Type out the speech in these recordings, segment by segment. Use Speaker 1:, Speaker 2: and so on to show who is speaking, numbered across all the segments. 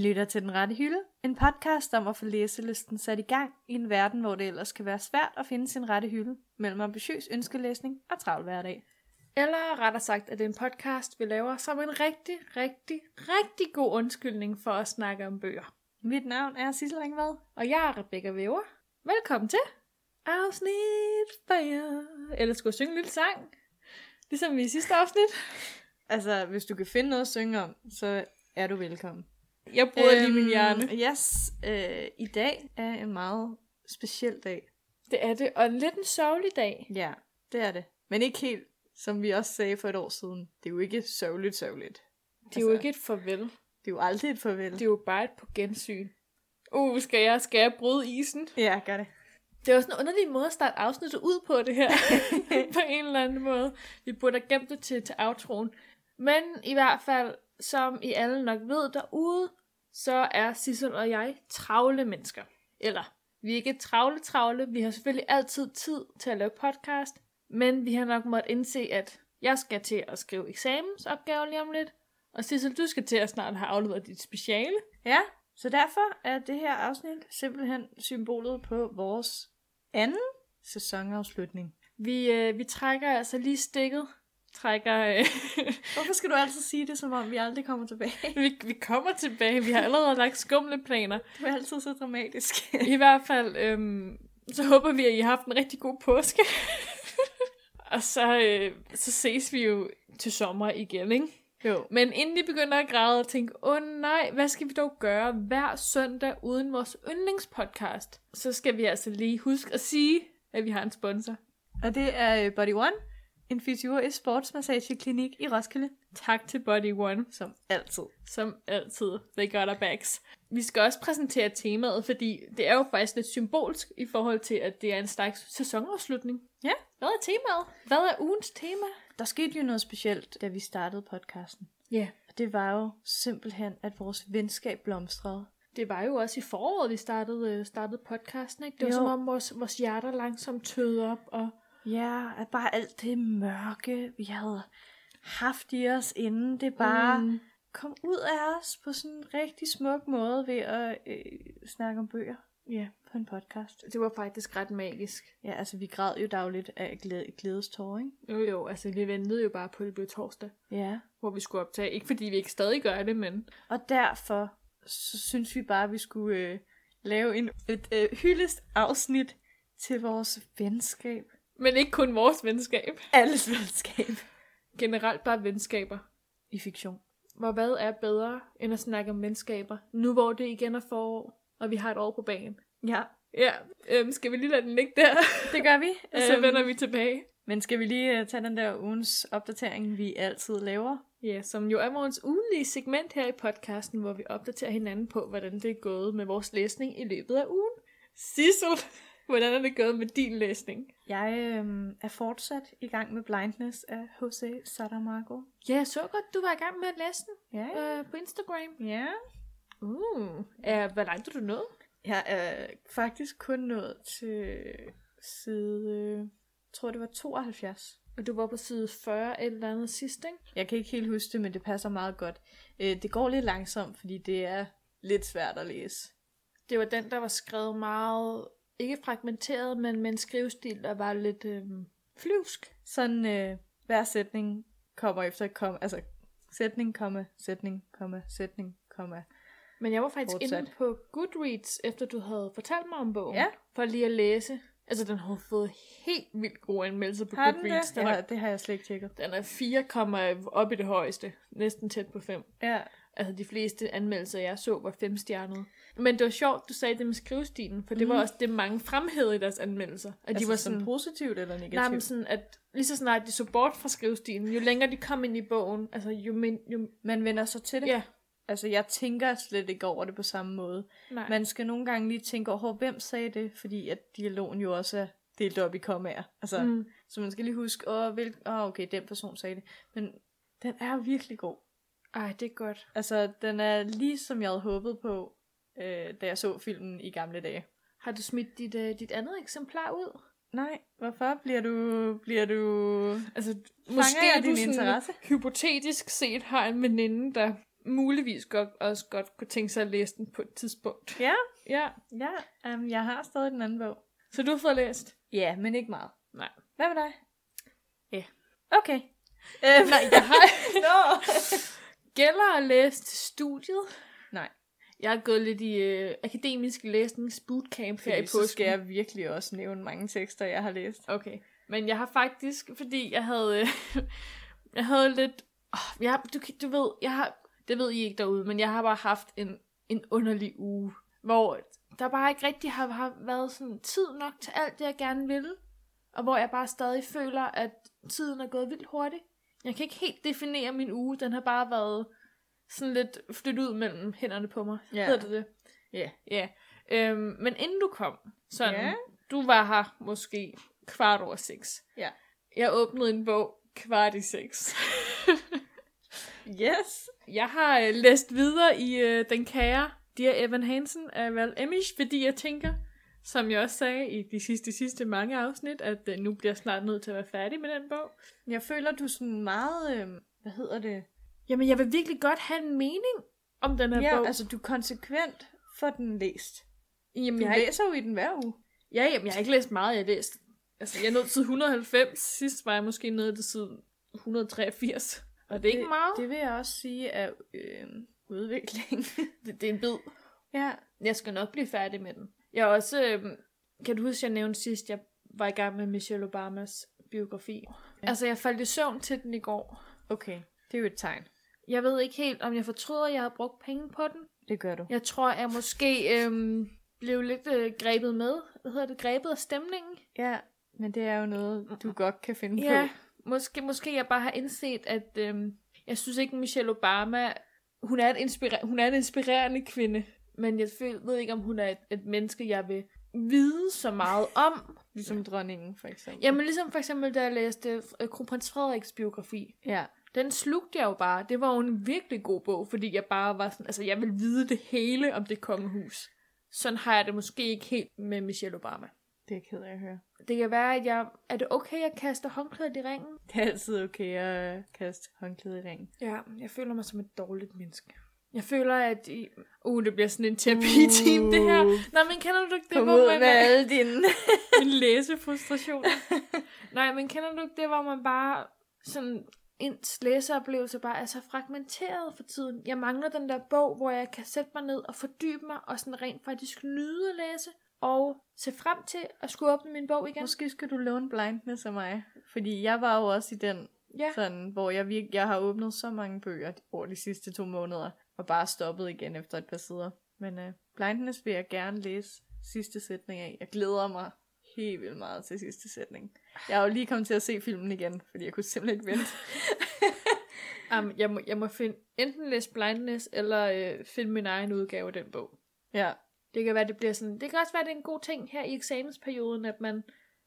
Speaker 1: lytter til Den Rette Hylde, en podcast om at få læselysten sat i gang i en verden, hvor det ellers kan være svært at finde sin rette hylde mellem ambitiøs ønskelæsning og travl hverdag.
Speaker 2: Eller rettere sagt, at det er en podcast, vi laver som en rigtig, rigtig, rigtig god undskyldning for at snakke om bøger.
Speaker 1: Mit navn er Sissel Ringvad.
Speaker 2: Og jeg er Rebecca Væver. Velkommen til afsnit 4. Eller skulle jeg synge en lille sang? Ligesom i sidste afsnit.
Speaker 1: Altså, hvis du kan finde noget at synge om, så er du velkommen.
Speaker 2: Jeg bruger øhm, lige min hjerne.
Speaker 1: Yes, øh, i dag er en meget speciel dag.
Speaker 2: Det er det, og lidt en sørgelig dag.
Speaker 1: Ja, det er det. Men ikke helt, som vi også sagde for et år siden. Det er jo ikke sørgeligt sørgeligt. Altså,
Speaker 2: Det er jo ikke et farvel.
Speaker 1: Det er jo aldrig et farvel.
Speaker 2: Det er jo bare et på gensyn. Uh, skal jeg, skal jeg bryde isen?
Speaker 1: Ja, gør det.
Speaker 2: Det er også en underlig måde at starte afsnittet ud på det her. på en eller anden måde. Vi burde have gemt det til, til outroen. Men i hvert fald, som I alle nok ved derude, så er Sissel og jeg travle mennesker. Eller, vi er ikke travle travle, vi har selvfølgelig altid tid til at lave podcast, men vi har nok måttet indse, at jeg skal til at skrive eksamensopgave lige om lidt, og Sissel, du skal til at snart have afleveret dit speciale.
Speaker 1: Ja, så derfor er det her afsnit simpelthen symbolet på vores anden sæsonafslutning.
Speaker 2: Vi, øh, vi trækker altså lige stikket, trækker... Øh,
Speaker 1: Hvorfor skal du altid sige det, som om vi aldrig kommer tilbage?
Speaker 2: vi, vi kommer tilbage, vi har allerede lagt skumle planer.
Speaker 1: Du er altid så dramatisk.
Speaker 2: I hvert fald, øhm, så håber vi, at I har haft en rigtig god påske. og så, øh, så ses vi jo til sommer igen, ikke?
Speaker 1: jo.
Speaker 2: Men inden I begynder at græde og tænke, åh oh, nej, hvad skal vi dog gøre hver søndag uden vores yndlingspodcast? Så skal vi altså lige huske at sige, at vi har en sponsor.
Speaker 1: Og det er øh, Body One, en fysiologisk sportsmassageklinik i Roskilde,
Speaker 2: Tak til Body One,
Speaker 1: som altid.
Speaker 2: som altid. They got our backs. Vi skal også præsentere temaet, fordi det er jo faktisk lidt symbolsk i forhold til, at det er en slags sæsonafslutning.
Speaker 1: Ja.
Speaker 2: Hvad er temaet? Hvad er ugens tema?
Speaker 1: Der skete jo noget specielt, da vi startede podcasten.
Speaker 2: Ja, yeah.
Speaker 1: Og det var jo simpelthen, at vores venskab blomstrede.
Speaker 2: det var jo også i foråret, vi startede, øh, startede podcasten, ikke? Det
Speaker 1: Jo.
Speaker 2: var jo. som om vores, vores hjerter langsomt tøede op, og
Speaker 1: Ja, at bare alt det mørke, vi havde haft i os inden, det bare mm.
Speaker 2: Mm.
Speaker 1: kom ud af os på sådan en rigtig smuk måde ved at øh, snakke om bøger
Speaker 2: ja,
Speaker 1: på en podcast.
Speaker 2: det var faktisk ret magisk.
Speaker 1: Ja, altså vi græd jo dagligt af glæde, glædestår, ikke?
Speaker 2: Jo jo, altså vi ventede jo bare på, at det blev torsdag,
Speaker 1: Ja.
Speaker 2: hvor vi skulle optage. Ikke fordi vi ikke stadig gør det, men
Speaker 1: Og derfor så synes vi bare, at vi skulle øh, lave en, et øh, hyldest afsnit til vores venskab.
Speaker 2: men ikke kun vores venskab.
Speaker 1: Alles venskab.
Speaker 2: Generelt bare venskaber.
Speaker 1: I fiktion.
Speaker 2: Hvor hvad er bedre, end at snakke om venskaber, nu hvor det igen er forår, og vi har et år på bagen.
Speaker 1: Ja,
Speaker 2: Ja, øhm, skal vi lige lade den ligge der,
Speaker 1: det gør vi. Øhm,
Speaker 2: så vender vi tilbage.
Speaker 1: Men skal vi lige øh, tage den der ugens opdatering, vi altid laver?
Speaker 2: Ja, som jo er vores ugenlige segment her i podcasten, hvor vi opdaterer hinanden på, hvordan det er gået med vores læsning i løbet af ugen. Sissel, hvordan er det gået med din læsning?
Speaker 1: Jeg øh, er fortsat i gang med Blindness af Jose Saramago.
Speaker 2: Ja, jeg så godt, du var i gang med at læse den
Speaker 1: Ja,
Speaker 2: øh, på Instagram.
Speaker 1: ja.
Speaker 2: Uh, er, hvor langt er du nået?
Speaker 1: Jeg er faktisk kun nået til side, øh, jeg tror det var 72.
Speaker 2: Og du var på side 40 eller andet sidst, ikke?
Speaker 1: Jeg kan ikke helt huske det, men det passer meget godt. Øh, det går lidt langsomt, fordi det er lidt svært at læse.
Speaker 2: Det var den, der var skrevet meget, ikke fragmenteret, men med en skrivestil, der var lidt øh, flyvsk.
Speaker 1: Sådan øh, hver sætning kommer efter et kom, altså sætning, komma, sætning, komma, sætning, komma.
Speaker 2: Men jeg var faktisk
Speaker 1: Fortsat.
Speaker 2: Fortsat. inde på Goodreads, efter du havde fortalt mig om bogen,
Speaker 1: Ja.
Speaker 2: for lige at læse. Altså, den har fået helt vildt gode anmeldelser på
Speaker 1: Har den det?
Speaker 2: Goodreads. Den,
Speaker 1: Ja,
Speaker 2: er,
Speaker 1: det har jeg slet ikke tjekket.
Speaker 2: den er 4, komma op i det højeste. Næsten tæt på 5.
Speaker 1: Ja,
Speaker 2: Altså, de fleste anmeldelser, jeg så, var femstjernede. Men det var sjovt, du sagde det med skrivestilen, for det var også det, mange fremhævede i deres anmeldelser. At
Speaker 1: Mhm. altså,
Speaker 2: de var sådan,
Speaker 1: positivt eller negativt?
Speaker 2: Nej, men sådan, at lige så snart de så bort fra skrivestilen, jo længere de kom ind i bogen, altså jo min... Jo,
Speaker 1: Man vender sig til det.
Speaker 2: ja,
Speaker 1: Altså, jeg tænker slet ikke over det på samme måde.
Speaker 2: nej. Men,
Speaker 1: Man skal nogle gange lige tænke over, hvem sagde det, fordi at dialogen jo også er delt op i kommaer. Altså, mm.
Speaker 2: Mm.
Speaker 1: Så man skal lige huske, åh, hvil... åh, okay, den person sagde det. Men den er virkelig god.
Speaker 2: ej, det er godt.
Speaker 1: Altså, den er lige som jeg havde håbet på, øh, da jeg så filmen i gamle dage.
Speaker 2: Har du smidt dit, øh, dit andet eksemplar ud?
Speaker 1: Nej, hvorfor bliver du... Bliver du...
Speaker 2: Altså,
Speaker 1: jeg din interesse?
Speaker 2: hypotetisk set har en veninde, der muligvis godt, også godt kunne tænke sig at læse den på et tidspunkt.
Speaker 1: Ja,
Speaker 2: Ja.
Speaker 1: ja. Um, jeg har stadig den anden bog.
Speaker 2: Så du har fået læst?
Speaker 1: Ja, men ikke meget.
Speaker 2: Nej.
Speaker 1: Hvad med dig?
Speaker 2: Ja.
Speaker 1: Okay. Øhm,
Speaker 2: Nej, jeg har...
Speaker 1: Nå.
Speaker 2: Gælder at læse til studiet?
Speaker 1: Nej.
Speaker 2: Jeg har gået lidt i øh, akademisk læsnings bootcamp her i
Speaker 1: Fordi
Speaker 2: påsken.
Speaker 1: så skal jeg virkelig også nævne mange tekster, jeg har læst.
Speaker 2: Okay. Men jeg har faktisk, fordi jeg havde, øh, jeg havde lidt, oh, jeg, har- du, kan- du ved, jeg har, det ved I ikke derude, men jeg har bare haft en, en underlig uge, hvor der bare ikke rigtig har, har været sådan tid nok til alt det, jeg gerne ville, og hvor jeg bare stadig føler, at tiden er gået vildt hurtigt. Jeg kan ikke helt definere min uge, den har bare været sådan lidt flyttet ud mellem hænderne på mig.
Speaker 1: Ja.
Speaker 2: Hedder det det?
Speaker 1: Ja.
Speaker 2: Ja. Øhm, men inden du kom, sådan,
Speaker 1: Ja.
Speaker 2: du var her måske kvart over seks.
Speaker 1: Ja.
Speaker 2: Jeg åbnede en bog kvart i seks.
Speaker 1: Yes.
Speaker 2: jeg har øh, læst videre i øh, Den Kære, Dear Evan Hansen af Val Emish, fordi jeg tænker, som jeg også sagde i de sidste, sidste mange afsnit, at øh, nu bliver jeg snart nødt til at være færdig med den bog.
Speaker 1: Jeg føler, du er sådan meget, øhm, hvad hedder det?
Speaker 2: Jamen, jeg vil virkelig godt have en mening om den her
Speaker 1: Ja,
Speaker 2: bog.
Speaker 1: altså du er konsekvent for den læst.
Speaker 2: jamen,
Speaker 1: Du
Speaker 2: jeg har, ikke,
Speaker 1: læser jo i den hver uge.
Speaker 2: ja, jamen, jeg har ikke læst meget, jeg har læst. Altså, jeg nåede til side 190, sidst var jeg måske nede til side 183. Og det er ikke meget.
Speaker 1: Det vil jeg også sige er øhm, udvikling.
Speaker 2: det, det er en bid.
Speaker 1: ja.
Speaker 2: Jeg skal nok blive færdig med den. Jeg er også, øh, kan du huske, jeg nævnte sidst, jeg var i gang med Michelle Obamas biografi. Ja. Altså, jeg faldt i søvn til den i går.
Speaker 1: Okay, det er jo et tegn.
Speaker 2: Jeg ved ikke helt, om jeg fortryder, at jeg har brugt penge på den.
Speaker 1: Det gør du.
Speaker 2: Jeg tror, jeg måske øh, blev lidt øh, grebet med. Hvad hedder det? Grebet af stemningen?
Speaker 1: Ja, men det er jo noget, du godt kan finde
Speaker 2: Ja,
Speaker 1: på.
Speaker 2: måske, måske jeg bare har indset, at øhm, jeg synes ikke, Michelle Obama, hun er, et inspira- hun er en inspirerende kvinde, men jeg føl- ved ikke, om hun er et, et menneske, jeg vil vide så meget om.
Speaker 1: Ligesom dronningen, for eksempel.
Speaker 2: Jamen ligesom for eksempel, da jeg læste øh, Kronprins Frederiks biografi,
Speaker 1: Ja.
Speaker 2: den slugte jeg jo bare. Det var jo en virkelig god bog, fordi jeg bare var sådan, altså jeg vil vide det hele om det kongehus. Sådan har jeg det måske ikke helt med Michelle Obama.
Speaker 1: Det er jeg ked af at høre.
Speaker 2: Det kan være, at jeg... Er det okay, at jeg kaster håndklædet i ringen?
Speaker 1: Det er altid okay at øh, kaste håndklæde i ringen.
Speaker 2: Ja, jeg føler mig som et dårligt menneske. Jeg føler, at... I... Uh, det bliver sådan en terapi-team, det her. Nej, men kender du ikke det,
Speaker 1: Kom
Speaker 2: hvor
Speaker 1: ud
Speaker 2: man...
Speaker 1: med alle dine...
Speaker 2: Min læsefrustration. Nej, men kender du ikke det, hvor man bare... Sådan ens læseoplevelse bare er så fragmenteret for tiden. Jeg mangler den der bog, hvor jeg kan sætte mig ned og fordybe mig, og sådan rent faktisk nyde at læse, og se frem til at skulle åbne min bog igen.
Speaker 1: Måske skal du låne blindness af mig. Fordi jeg var jo også i den,
Speaker 2: Ja,
Speaker 1: sådan, hvor jeg, virk- jeg har åbnet så mange bøger over de sidste to måneder, og bare stoppet igen efter et par sider. Men øh, blindness vil jeg gerne læse sidste sætning af. Jeg glæder mig helt vildt meget til sidste sætning. Jeg er jo lige kommet til at se filmen igen, fordi jeg kunne simpelthen ikke vente.
Speaker 2: um, jeg, må, jeg må finde enten læse Blindness, eller øh, finde min egen udgave af den bog.
Speaker 1: ja,
Speaker 2: Det kan være, det bliver sådan, det kan også være, det er en god ting her i eksamensperioden, at man,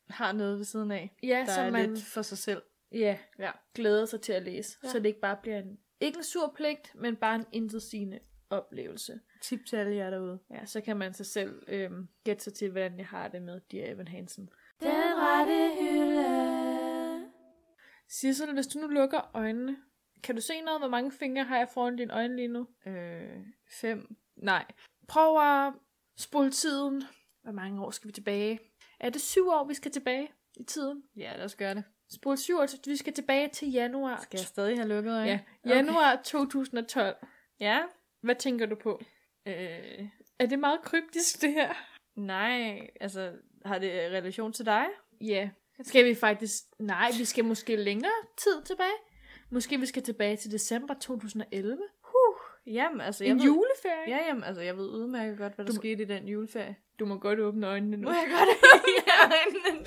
Speaker 1: har noget ved siden af,
Speaker 2: ja,
Speaker 1: der
Speaker 2: så
Speaker 1: er
Speaker 2: man
Speaker 1: lidt for sig selv.
Speaker 2: ja,
Speaker 1: Ja.
Speaker 2: glæder sig til at læse,
Speaker 1: Ja.
Speaker 2: ja. så det ikke bare bliver en, ikke en sur pligt, men bare en intetsigende oplevelse.
Speaker 1: Tip til alle jer derude.
Speaker 2: Ja, så kan man sig selv øhm, gætte sig til, hvordan jeg har det med Dear Evan Hansen.
Speaker 1: Den rette
Speaker 2: hylde. Sissel, hvis du nu lukker øjnene, kan du se noget, hvor mange fingre har jeg foran dine øjne lige nu?
Speaker 1: Øh, fem.
Speaker 2: Nej. Prøv at spole tiden. Hvor mange år skal vi tilbage? Er det syv år, vi skal tilbage i tiden?
Speaker 1: Ja, lad os gøre det.
Speaker 2: Spol 7 år, så vi skal tilbage til januar.
Speaker 1: Skal jeg stadig have lukket øjne?
Speaker 2: Ja, januar 2012.
Speaker 1: Ja.
Speaker 2: Hvad tænker du på?
Speaker 1: Øh,
Speaker 2: Er det meget kryptisk, det her?
Speaker 1: nej, altså, har det relation til dig?
Speaker 2: Ja. Skal vi faktisk... Nej, vi skal måske længere tid tilbage. Måske vi skal tilbage til december 2011.
Speaker 1: Jamen, altså, jeg
Speaker 2: En
Speaker 1: ved...
Speaker 2: juleferie.
Speaker 1: Ja, jamen, altså, jeg ved udmærket godt, hvad der
Speaker 2: Du
Speaker 1: du...
Speaker 2: må-
Speaker 1: skete i den juleferie.
Speaker 2: Du må godt åbne øjnene nu.
Speaker 1: jeg godt øjnene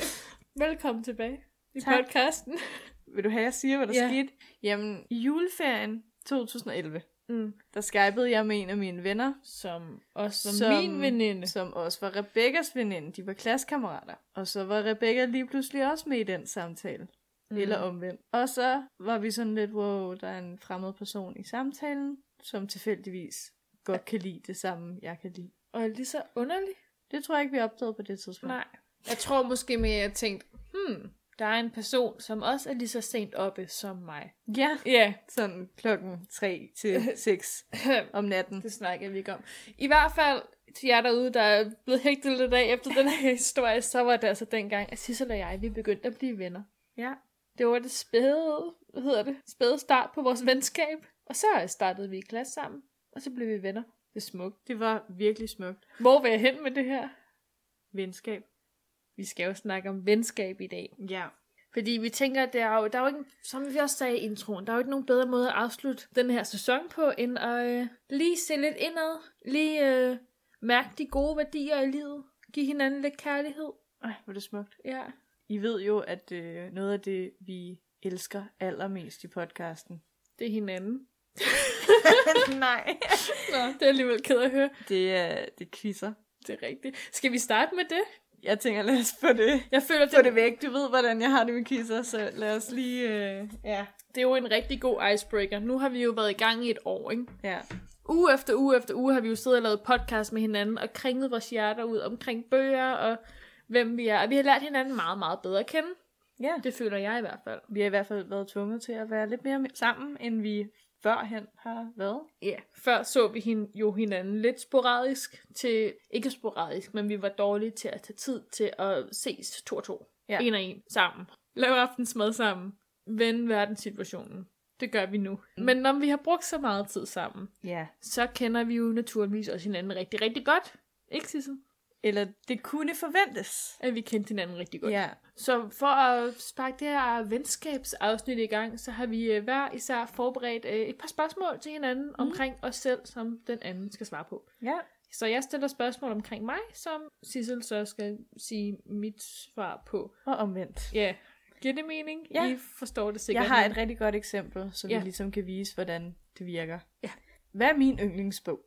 Speaker 2: Velkommen tilbage i
Speaker 1: Tak.
Speaker 2: podcasten.
Speaker 1: Vil du have, at jeg siger, hvad der
Speaker 2: Ja.
Speaker 1: ja. skete? Jamen, i juleferien 2011,
Speaker 2: Mm.
Speaker 1: der skypede jeg med en af mine venner,
Speaker 2: Som også som,
Speaker 1: Som-
Speaker 2: som min veninde.
Speaker 1: som også var Rebekkas veninde. De var klassekammerater. Og så var Rebekka lige pludselig også med i den samtale. Mm. Eller omvendt. Og så var vi sådan lidt, wow, der er en fremmed person i samtalen, som tilfældigvis godt kan lide det samme, jeg kan lide.
Speaker 2: Og er lige så underlig.
Speaker 1: Det tror jeg ikke, vi opdagede på det tidspunkt.
Speaker 2: Nej. Jeg tror måske mere, at jeg tænkte, hmm, Der er en person, som også er lige så sent oppe som mig.
Speaker 1: Ja.
Speaker 2: Ja,
Speaker 1: Sådan klokken 3 til 6
Speaker 2: yeah.
Speaker 1: om natten.
Speaker 2: det snakker vi ikke om. I hvert fald til jer derude, der er blevet hægtet lidt af efter den her historie, så var det altså dengang, at Sissel og jeg, vi begyndte at blive venner.
Speaker 1: Ja.
Speaker 2: Det var det spæde, hvad hedder det, spæde start på vores venskab. Og så startede vi i klasse sammen, og så blev vi venner. Det er smukt.
Speaker 1: Det var virkelig smukt.
Speaker 2: Hvor vil jeg hen med det her?
Speaker 1: Venskab.
Speaker 2: Vi skal jo snakke om venskab i dag.
Speaker 1: Ja.
Speaker 2: Fordi vi tænker, at der er jo, der er jo ikke, som vi også sagde i introen, der er jo ikke nogen bedre måde at afslutte den her sæson på, end at øh, lige se lidt indad, lige øh, mærke de gode værdier i livet, give hinanden lidt kærlighed.
Speaker 1: Ej, hvor er det smukt.
Speaker 2: Ja.
Speaker 1: I ved jo, at øh, noget af det, vi elsker allermest i podcasten.
Speaker 2: Det er hinanden.
Speaker 1: Nej.
Speaker 2: Nå, det er alligevel ked at høre.
Speaker 1: Det er, det er quizzer.
Speaker 2: Det er rigtigt. Skal vi starte med det?
Speaker 1: Jeg tænker, lad os få det,
Speaker 2: Jeg føler, det,
Speaker 1: få det væk. Du ved, hvordan jeg har det med quizzer, så lad os lige... Øh, ja.
Speaker 2: det er jo en rigtig god icebreaker. Nu har vi jo været i gang i et år, ikke?
Speaker 1: Ja.
Speaker 2: Uge efter uge efter uge har vi jo siddet og lavet podcast med hinanden og kringet vores hjerter ud omkring bøger og hvem vi er. Og vi har lært hinanden meget, meget bedre at kende.
Speaker 1: ja.
Speaker 2: Det føler jeg i hvert fald.
Speaker 1: Vi har i hvert fald været tvunget til at være lidt mere sammen, end vi førhen har været.
Speaker 2: Ja. Yeah. Før så vi hin- jo hinanden lidt sporadisk til, ikke sporadisk, men vi var dårlige til at tage tid til at ses to og to.
Speaker 1: Ja.
Speaker 2: En og en sammen. Lave aftensmad sammen. Vende verdenssituationen. Det gør vi nu. Mm. Men når vi har brugt så meget tid sammen,
Speaker 1: Ja.
Speaker 2: så kender vi jo naturligvis også hinanden rigtig, rigtig godt. Ikke, Sissel?
Speaker 1: Eller det kunne forventes.
Speaker 2: At vi kendte hinanden rigtig godt.
Speaker 1: Ja.
Speaker 2: Så for at sparke det her venskabsafsnit i gang, så har vi øh, hver især forberedt øh, et par spørgsmål til
Speaker 1: Mhm.
Speaker 2: hinanden mm. omkring os selv, som den anden skal svare på.
Speaker 1: Ja.
Speaker 2: Så jeg stiller spørgsmål omkring mig, som Sissel så skal sige mit svar på.
Speaker 1: Og omvendt.
Speaker 2: Ja, giver det mening?
Speaker 1: Ja.
Speaker 2: I forstår det sikkert.
Speaker 1: Jeg har et rigtig godt eksempel, så
Speaker 2: Ja.
Speaker 1: vi ligesom kan vise, hvordan det virker.
Speaker 2: Ja.
Speaker 1: Hvad er min yndlingsbog?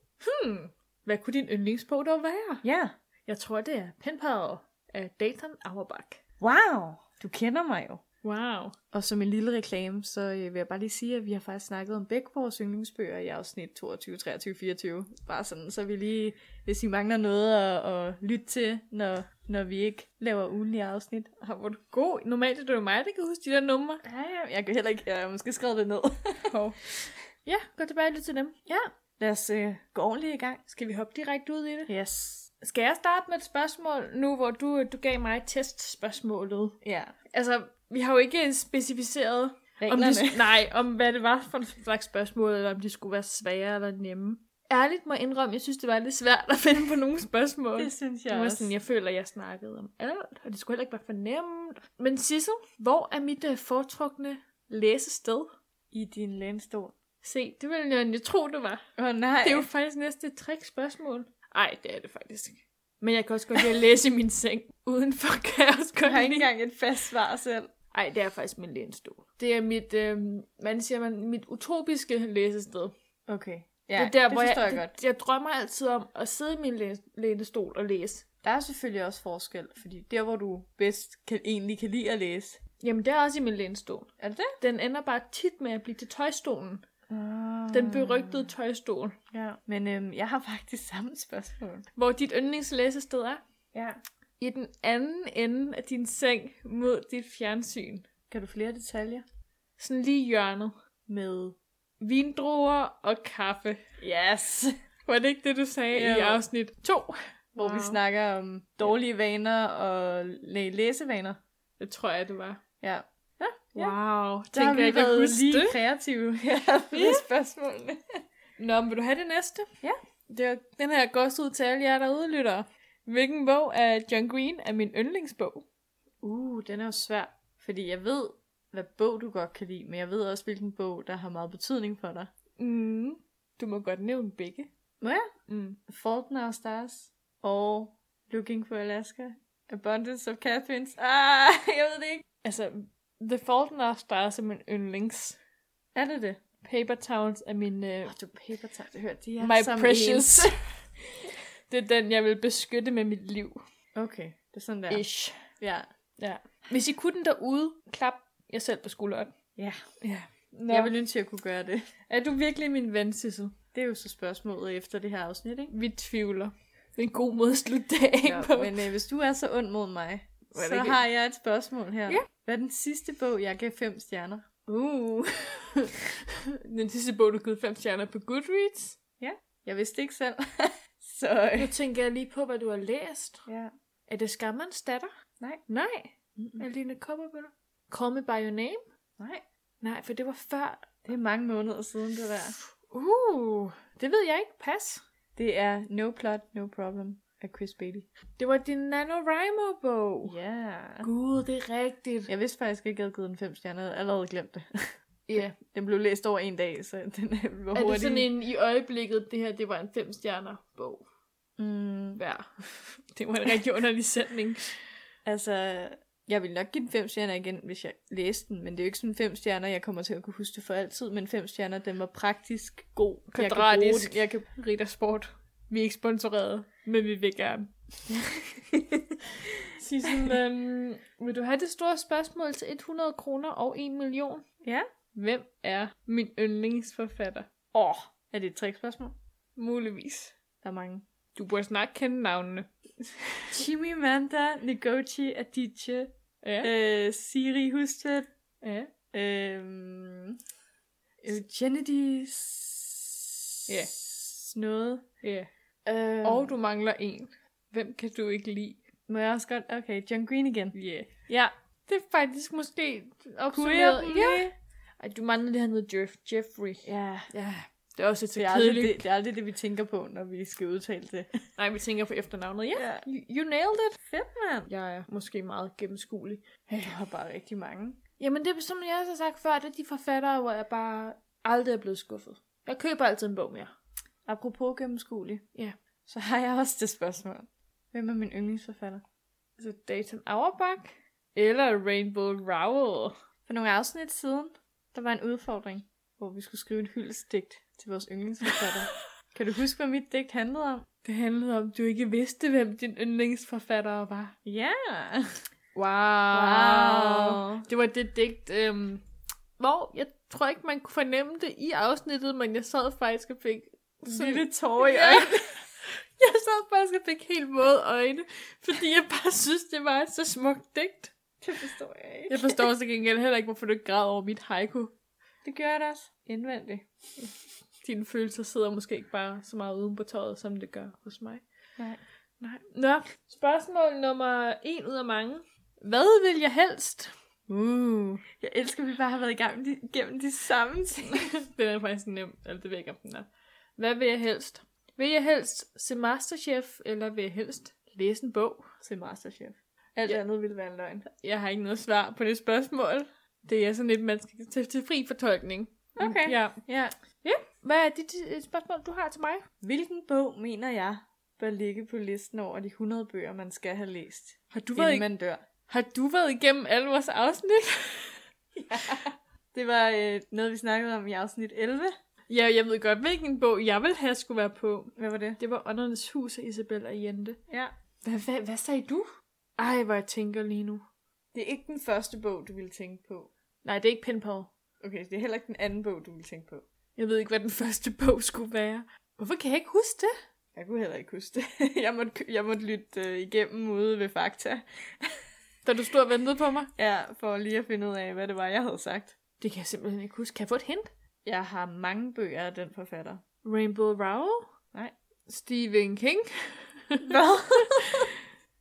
Speaker 2: Hmm. Hvad kunne din yndlingsbog dog være?
Speaker 1: Ja.
Speaker 2: Jeg tror, det er Penpad af Dayton Auerbach.
Speaker 1: Wow, du kender mig jo.
Speaker 2: Wow.
Speaker 1: Og som en lille reklame, så øh, vil jeg bare lige sige, at vi har faktisk snakket om begge vores yndlingsbøger i afsnit 22, 23, 24. Bare sådan, så vi lige, hvis I mangler noget at, at lytte til, når, når vi ikke laver ugenlige afsnit.
Speaker 2: Ah, hvor er du god. Normalt er det jo mig, der kan huske de der numre.
Speaker 1: Ja, ja, jeg kan heller ikke, jeg har måske skrevet det ned.
Speaker 2: Hov. ja, gå tilbage og lyt til dem.
Speaker 1: ja, lad os øh, gå ordentligt i gang.
Speaker 2: Skal vi hoppe direkte ud i det?
Speaker 1: Yes.
Speaker 2: Skal jeg starte med et spørgsmål nu, hvor du, du gav mig testspørgsmålet?
Speaker 1: Ja.
Speaker 2: Altså, vi har jo ikke specificeret, om
Speaker 1: Reglerne.
Speaker 2: de, nej, om hvad det var for en slags spørgsmål, eller om de skulle være svære eller nemme. Ærligt må jeg indrømme, jeg synes, det var lidt svært at finde på nogle spørgsmål.
Speaker 1: Det synes jeg
Speaker 2: Det var
Speaker 1: også.
Speaker 2: sådan, jeg føler, jeg snakkede om alt, og det skulle heller ikke være for nemt. Men Sissel, hvor er mit øh, foretrukne læsested?
Speaker 1: I din lænestol.
Speaker 2: Se, det ville jeg jo tro, det var.
Speaker 1: Åh oh, nej.
Speaker 2: Det er jo faktisk næste et trickspørgsmål. Nej, det er det faktisk. Men jeg kan også godt lide at læse i min seng. Udenfor kan jeg også
Speaker 1: jeg har
Speaker 2: godt
Speaker 1: ikke
Speaker 2: lide.
Speaker 1: engang et fast svar selv.
Speaker 2: Nej, det er faktisk min lænestol. Det er mit, øh, man siger man, mit utopiske læsested.
Speaker 1: Okay. Ja,
Speaker 2: det er der, hvor
Speaker 1: forstår jeg,
Speaker 2: jeg,
Speaker 1: godt.
Speaker 2: Det, jeg drømmer altid om at sidde i min læ- lænestol og læse.
Speaker 1: Der er selvfølgelig også forskel, fordi der, hvor du bedst kan, egentlig kan lide at læse.
Speaker 2: Jamen, det er også i min lænestol.
Speaker 1: Er det det?
Speaker 2: Den ender bare tit med at blive til tøjstolen.
Speaker 1: Ah.
Speaker 2: Den berygtede tøjstol.
Speaker 1: Ja. Men øhm, jeg har faktisk samme spørgsmål.
Speaker 2: Hvor dit yndlingslæsested er.
Speaker 1: Ja.
Speaker 2: I den anden ende af din seng mod dit fjernsyn.
Speaker 1: Kan du flere detaljer?
Speaker 2: Sådan lige i hjørnet.
Speaker 1: Med...
Speaker 2: Vindruer og kaffe.
Speaker 1: Yes!
Speaker 2: Var det ikke det, du sagde
Speaker 1: Jo.
Speaker 2: i afsnit 2?
Speaker 1: Hvor wow. vi
Speaker 2: Wow.
Speaker 1: snakker om dårlige vaner og læ- læsevaner.
Speaker 2: Det tror jeg, det var.
Speaker 1: Ja. Ja, ja.
Speaker 2: Wow,
Speaker 1: Der har
Speaker 2: tænker
Speaker 1: vi
Speaker 2: jeg ikke at
Speaker 1: været
Speaker 2: huske
Speaker 1: lige
Speaker 2: det.
Speaker 1: kreative her med spørgsmålene.
Speaker 2: Nå, men vil du have det næste?
Speaker 1: Ja.
Speaker 2: Det er, den her går også ud til alle jer, der udlytter. Hvilken bog af John Green er min yndlingsbog?
Speaker 1: Uh, den er jo svær, fordi jeg ved, hvad bog du godt kan lide, men jeg ved også, hvilken bog, der har meget betydning for dig.
Speaker 2: Mm. Du må godt nævne begge.
Speaker 1: Må jeg?
Speaker 2: Mm.
Speaker 1: Fault in Our Stars og Looking for Alaska. Abundance of Catherines. Ah, jeg ved det ikke.
Speaker 2: Altså, The Fault in Our Stars er min yndlings.
Speaker 1: Er det det?
Speaker 2: Paper Towns er min... Uh,
Speaker 1: Oh, du paper tager det. Hørte de er
Speaker 2: my
Speaker 1: sammen
Speaker 2: Precious.
Speaker 1: ens.
Speaker 2: det er den, jeg vil beskytte med mit liv.
Speaker 1: Okay, det er sådan der.
Speaker 2: Ja. Ish.
Speaker 1: Ja.
Speaker 2: Ja. Hvis I kunne den derude, klap jer selv på skulderen.
Speaker 1: Ja.
Speaker 2: Ja. Nå.
Speaker 1: Nå. Jeg ville ønske, jeg kunne gøre det.
Speaker 2: Er du virkelig min ven, Sissel?
Speaker 1: Det er jo så spørgsmålet efter det her afsnit, ikke?
Speaker 2: Vi tvivler. Det er en god måde at slutte dagen
Speaker 1: Nå,
Speaker 2: på.
Speaker 1: men øh, hvis du er så ond mod mig,
Speaker 2: Var det
Speaker 1: Så
Speaker 2: ikke-
Speaker 1: har jeg et spørgsmål her.
Speaker 2: Ja.
Speaker 1: Hvad er den sidste bog, jeg gav fem stjerner? Uh.
Speaker 2: Den sidste bog, du har givet fem stjerner på Goodreads.
Speaker 1: Jeg vidste ikke selv. så
Speaker 2: Nu
Speaker 1: øh,
Speaker 2: tænker jeg lige på, hvad du har læst.
Speaker 1: ja.
Speaker 2: Er det Skammerens datter?
Speaker 1: Nej.
Speaker 2: Nej.
Speaker 1: Mm-mm.
Speaker 2: Alina Kopperbøl. Call me by your name?
Speaker 1: Nej,
Speaker 2: Nej, for det var før.
Speaker 1: det er mange måneder siden det der.
Speaker 2: Uh, det ved jeg ikke. Pas.
Speaker 1: Det er No Plot, No Problem af Chris Bailey.
Speaker 2: Det var din NaNoWriMo-bog.
Speaker 1: Ja. Yeah.
Speaker 2: Gud, det er rigtigt.
Speaker 1: Jeg vidste faktisk ikke, at jeg havde givet den fem stjerner. Jeg havde allerede glemt det.
Speaker 2: Ja.
Speaker 1: Den blev læst over en dag, så den var
Speaker 2: Er
Speaker 1: hurtig.
Speaker 2: det sådan en i øjeblikket, det her, det var en fem stjerner bog
Speaker 1: Mm,
Speaker 2: hver? Det var en rigtig underlig sætning.
Speaker 1: altså, jeg ville nok give den fem stjerner igen, hvis jeg læste den. Men det er jo ikke sådan fem stjerner, jeg kommer til at kunne huske det for altid. Men fem stjerner, den var praktisk god. Jeg kan bruge
Speaker 2: Kvadratisk.
Speaker 1: den. Jeg kan...
Speaker 2: Rita Sport. Vi er ikke sponsoreret, men vi vil gerne. Sissel, øhm, vil du have det store spørgsmål til 100 kroner og 1 million?
Speaker 1: Ja.
Speaker 2: Hvem er min yndlingsforfatter?
Speaker 1: Åh, er det et trickspørgsmål?
Speaker 2: Muligvis.
Speaker 1: Der er mange.
Speaker 2: Du burde snart kende navnene.
Speaker 1: Chimamanda Ngozi Adichie.
Speaker 2: Ja,
Speaker 1: Øh, Siri Husted.
Speaker 2: ja.
Speaker 1: Øh, Eugenides.
Speaker 2: Ja.
Speaker 1: Noget.
Speaker 2: ja.
Speaker 1: Øh,
Speaker 2: Og du mangler en. Hvem kan du ikke lide?
Speaker 1: Må jeg også godt? Okay, John Green igen.
Speaker 2: Ja. Yeah.
Speaker 1: Ja.
Speaker 2: Det er faktisk måske
Speaker 1: Kunne jeg
Speaker 2: opsummeret.
Speaker 1: dem
Speaker 2: Ja.
Speaker 1: lige?
Speaker 2: Ej, du mangler lige noget Jeff Jeffrey.
Speaker 1: Ja.
Speaker 2: Ja. Det er også et
Speaker 1: Det er, aldrig det, det er aldrig det, vi tænker på, når vi skal udtale det.
Speaker 2: Nej, vi tænker på efternavnet. Ja,
Speaker 1: Ja.
Speaker 2: you you nailed it.
Speaker 1: Fedt, mand.
Speaker 2: Jeg er måske meget gennemskuelig.
Speaker 1: Du har bare rigtig mange.
Speaker 2: Jamen det, er, som jeg også har sagt før, det er de forfattere, hvor jeg bare aldrig er blevet skuffet. Jeg køber altid en bog mere.
Speaker 1: Apropos gennemskuelig,
Speaker 2: Ja.
Speaker 1: så har jeg også det spørgsmål. Hvem er min altså yndlingsforfatter?
Speaker 2: Så Dayton Auerbach eller Rainbow Rowell.
Speaker 1: For nogle afsnit siden, der var en udfordring, hvor vi skulle skrive et hyldestigt til vores yndlingsforfatter. kan du huske, hvad mit digt handlede om?
Speaker 2: Det handlede om, at du ikke vidste, hvem din yndlingsforfatter var.
Speaker 1: Ja.
Speaker 2: Wow. wow. Det var det digt, øhm, hvor jeg tror ikke, man kunne fornemme det i afsnittet, men jeg sad faktisk og fik... sådan-
Speaker 1: Lille tårer i
Speaker 2: Ja.
Speaker 1: øjnene.
Speaker 2: Jeg sad faktisk og fik helt våde øjne, fordi jeg bare synes, det var et så smukt digt.
Speaker 1: Det forstår jeg ikke.
Speaker 2: Jeg forstår til gengæld heller ikke, hvorfor du ikke græd over mit haiku.
Speaker 1: Det gør jeg da også. Indvendigt.
Speaker 2: Dine følelser sidder måske ikke bare så meget uden på tøjet, som det gør hos mig.
Speaker 1: Nej.
Speaker 2: Nej. Nå, spørgsmål nummer en ud af mange. Hvad vil jeg helst?
Speaker 1: Uh. Jeg elsker, at vi bare har været i gang med de, gennem de samme ting.
Speaker 2: den er faktisk nem. Eller det ved jeg ikke, om den er. Hvad vil jeg helst? Vil jeg helst se Masterchef, eller vil jeg helst læse en bog?
Speaker 1: Se Masterchef. Alt
Speaker 2: Ja.
Speaker 1: andet ville være en løgn.
Speaker 2: Jeg har ikke noget svar på det spørgsmål. Det er sådan lidt, man skal tage til fri fortolkning.
Speaker 1: Okay.
Speaker 2: Ja.
Speaker 1: Mm, Ja.
Speaker 2: Hvad er dit øh, spørgsmål, du har til mig?
Speaker 1: Hvilken bog, mener jeg, bør ligge på listen over de 100 bøger, man skal have læst,
Speaker 2: Har du
Speaker 1: inden man dør?
Speaker 2: Har du været igennem alle vores afsnit?
Speaker 1: Det var øh, noget, vi snakkede om i afsnit 11.
Speaker 2: ja, jeg ved godt, hvilken bog jeg ville have skulle være på.
Speaker 1: Hvad var det?
Speaker 2: Det var Åndernes Hus af Isabel og Jente.
Speaker 1: Ja.
Speaker 2: Hvad, hvad, hvad sagde du? Ej, hvor jeg tænker lige nu.
Speaker 1: Det er ikke den første bog, du ville tænke på.
Speaker 2: Nej, det er ikke Pinball.
Speaker 1: Okay, det er heller ikke den anden bog, du ville tænke på.
Speaker 2: Jeg ved ikke, hvad den første bog skulle være. Hvorfor kan jeg ikke huske det?
Speaker 1: Jeg kunne heller ikke huske det. Jeg måtte, kø- jeg måtte lytte øh, igennem ude ved Fakta.
Speaker 2: Da du stod og ventede på mig.
Speaker 1: Ja, for lige at finde ud af, hvad det var, jeg havde sagt.
Speaker 2: Det kan jeg simpelthen ikke huske. Kan jeg få et hint?
Speaker 1: Jeg har mange bøger af den forfatter.
Speaker 2: Rainbow Rowell?
Speaker 1: Nej.
Speaker 2: Stephen King?
Speaker 1: Hvad?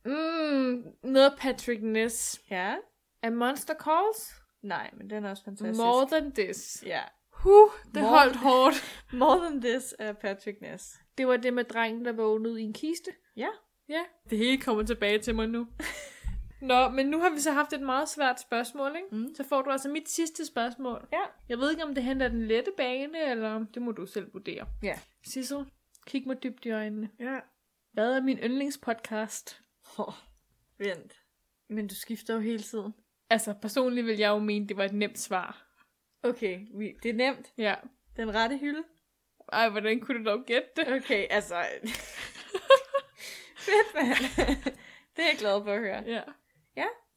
Speaker 2: mm, noget Patrick Ness.
Speaker 1: ja.
Speaker 2: A Monster Calls?
Speaker 1: Nej, men den er også fantastisk.
Speaker 2: More than this.
Speaker 1: Ja.
Speaker 2: Huh, det
Speaker 1: More-
Speaker 2: holdt hårdt.
Speaker 1: More Than This af Patrick Ness.
Speaker 2: Det var det med drengen, der vågnede i en kiste.
Speaker 1: Ja.
Speaker 2: Ja. Det hele kommer tilbage til mig nu. Nå, men nu har vi så haft et meget svært spørgsmål, ikke?
Speaker 1: Mm.
Speaker 2: Så får du altså mit sidste spørgsmål.
Speaker 1: Ja.
Speaker 2: Jeg ved ikke, om det henter den lette bane, eller om- det må du selv vurdere.
Speaker 1: Ja.
Speaker 2: Sissel, kig mig dybt i øjnene.
Speaker 1: Ja.
Speaker 2: Hvad er min yndlingspodcast?
Speaker 1: Oh, vent. Men du skifter jo hele tiden.
Speaker 2: Altså, personligt vil jeg jo mene, det var et nemt svar.
Speaker 1: Okay, vi, det er nemt.
Speaker 2: Ja.
Speaker 1: Den rette hylde.
Speaker 2: Ej, hvordan kunne du dog gætte det?
Speaker 1: Okay, altså... Fedt, mand. det er jeg glad for at høre.
Speaker 2: Ja.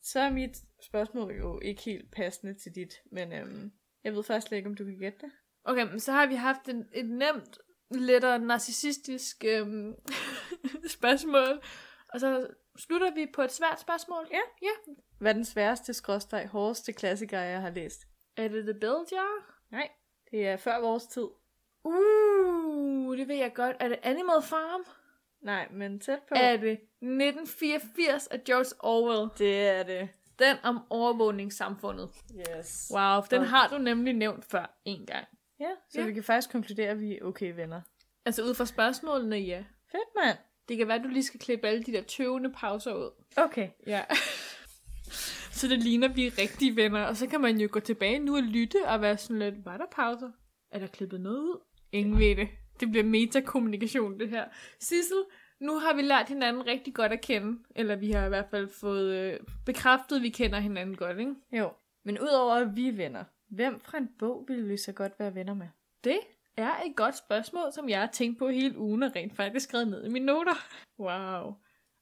Speaker 1: Så er mit spørgsmål jo ikke helt passende til dit, men øhm, jeg ved faktisk slet ikke, om du kan gætte det.
Speaker 2: Okay, men så har vi haft en, et nemt, lettere narcissistisk øhm, spørgsmål. Og så slutter vi på et svært spørgsmål.
Speaker 1: Ja. Hvad er den sværeste skråstreg hårdeste klassiker, jeg har læst?
Speaker 2: Er det The Bell Jar?
Speaker 1: Nej, det er før vores tid.
Speaker 2: Uh, det ved jeg godt. Er det Animal Farm?
Speaker 1: Nej, men tæt på.
Speaker 2: Er det 1984 af George Orwell?
Speaker 1: Det er det.
Speaker 2: Den om overvågningssamfundet.
Speaker 1: Yes. Wow.
Speaker 2: Wow, den
Speaker 1: Og-
Speaker 2: har du nemlig nævnt før en gang.
Speaker 1: Ja, så
Speaker 2: Ja.
Speaker 1: vi kan faktisk konkludere, at vi er okay venner.
Speaker 2: Altså ud fra spørgsmålene, ja.
Speaker 1: Fedt, mand.
Speaker 2: Det kan være, at du lige skal klippe alle de der tøvende pauser ud.
Speaker 1: Okay.
Speaker 2: Ja. så det ligner, at vi er rigtige venner. Og så kan man jo gå tilbage nu og lytte og være sådan lidt, var der pauser? Er der klippet noget ud? Ingen ved det. Det bliver metakommunikation, det her. Sissel, nu har vi lært hinanden rigtig godt at kende. Eller vi har i hvert fald fået øh, bekræftet, at vi kender hinanden godt, ikke?
Speaker 1: Jo. Men udover at vi er venner, hvem fra en bog ville vi så godt være venner med?
Speaker 2: Det er et godt spørgsmål, som jeg har tænkt på hele ugen og rent faktisk skrevet ned i mine noter. Wow.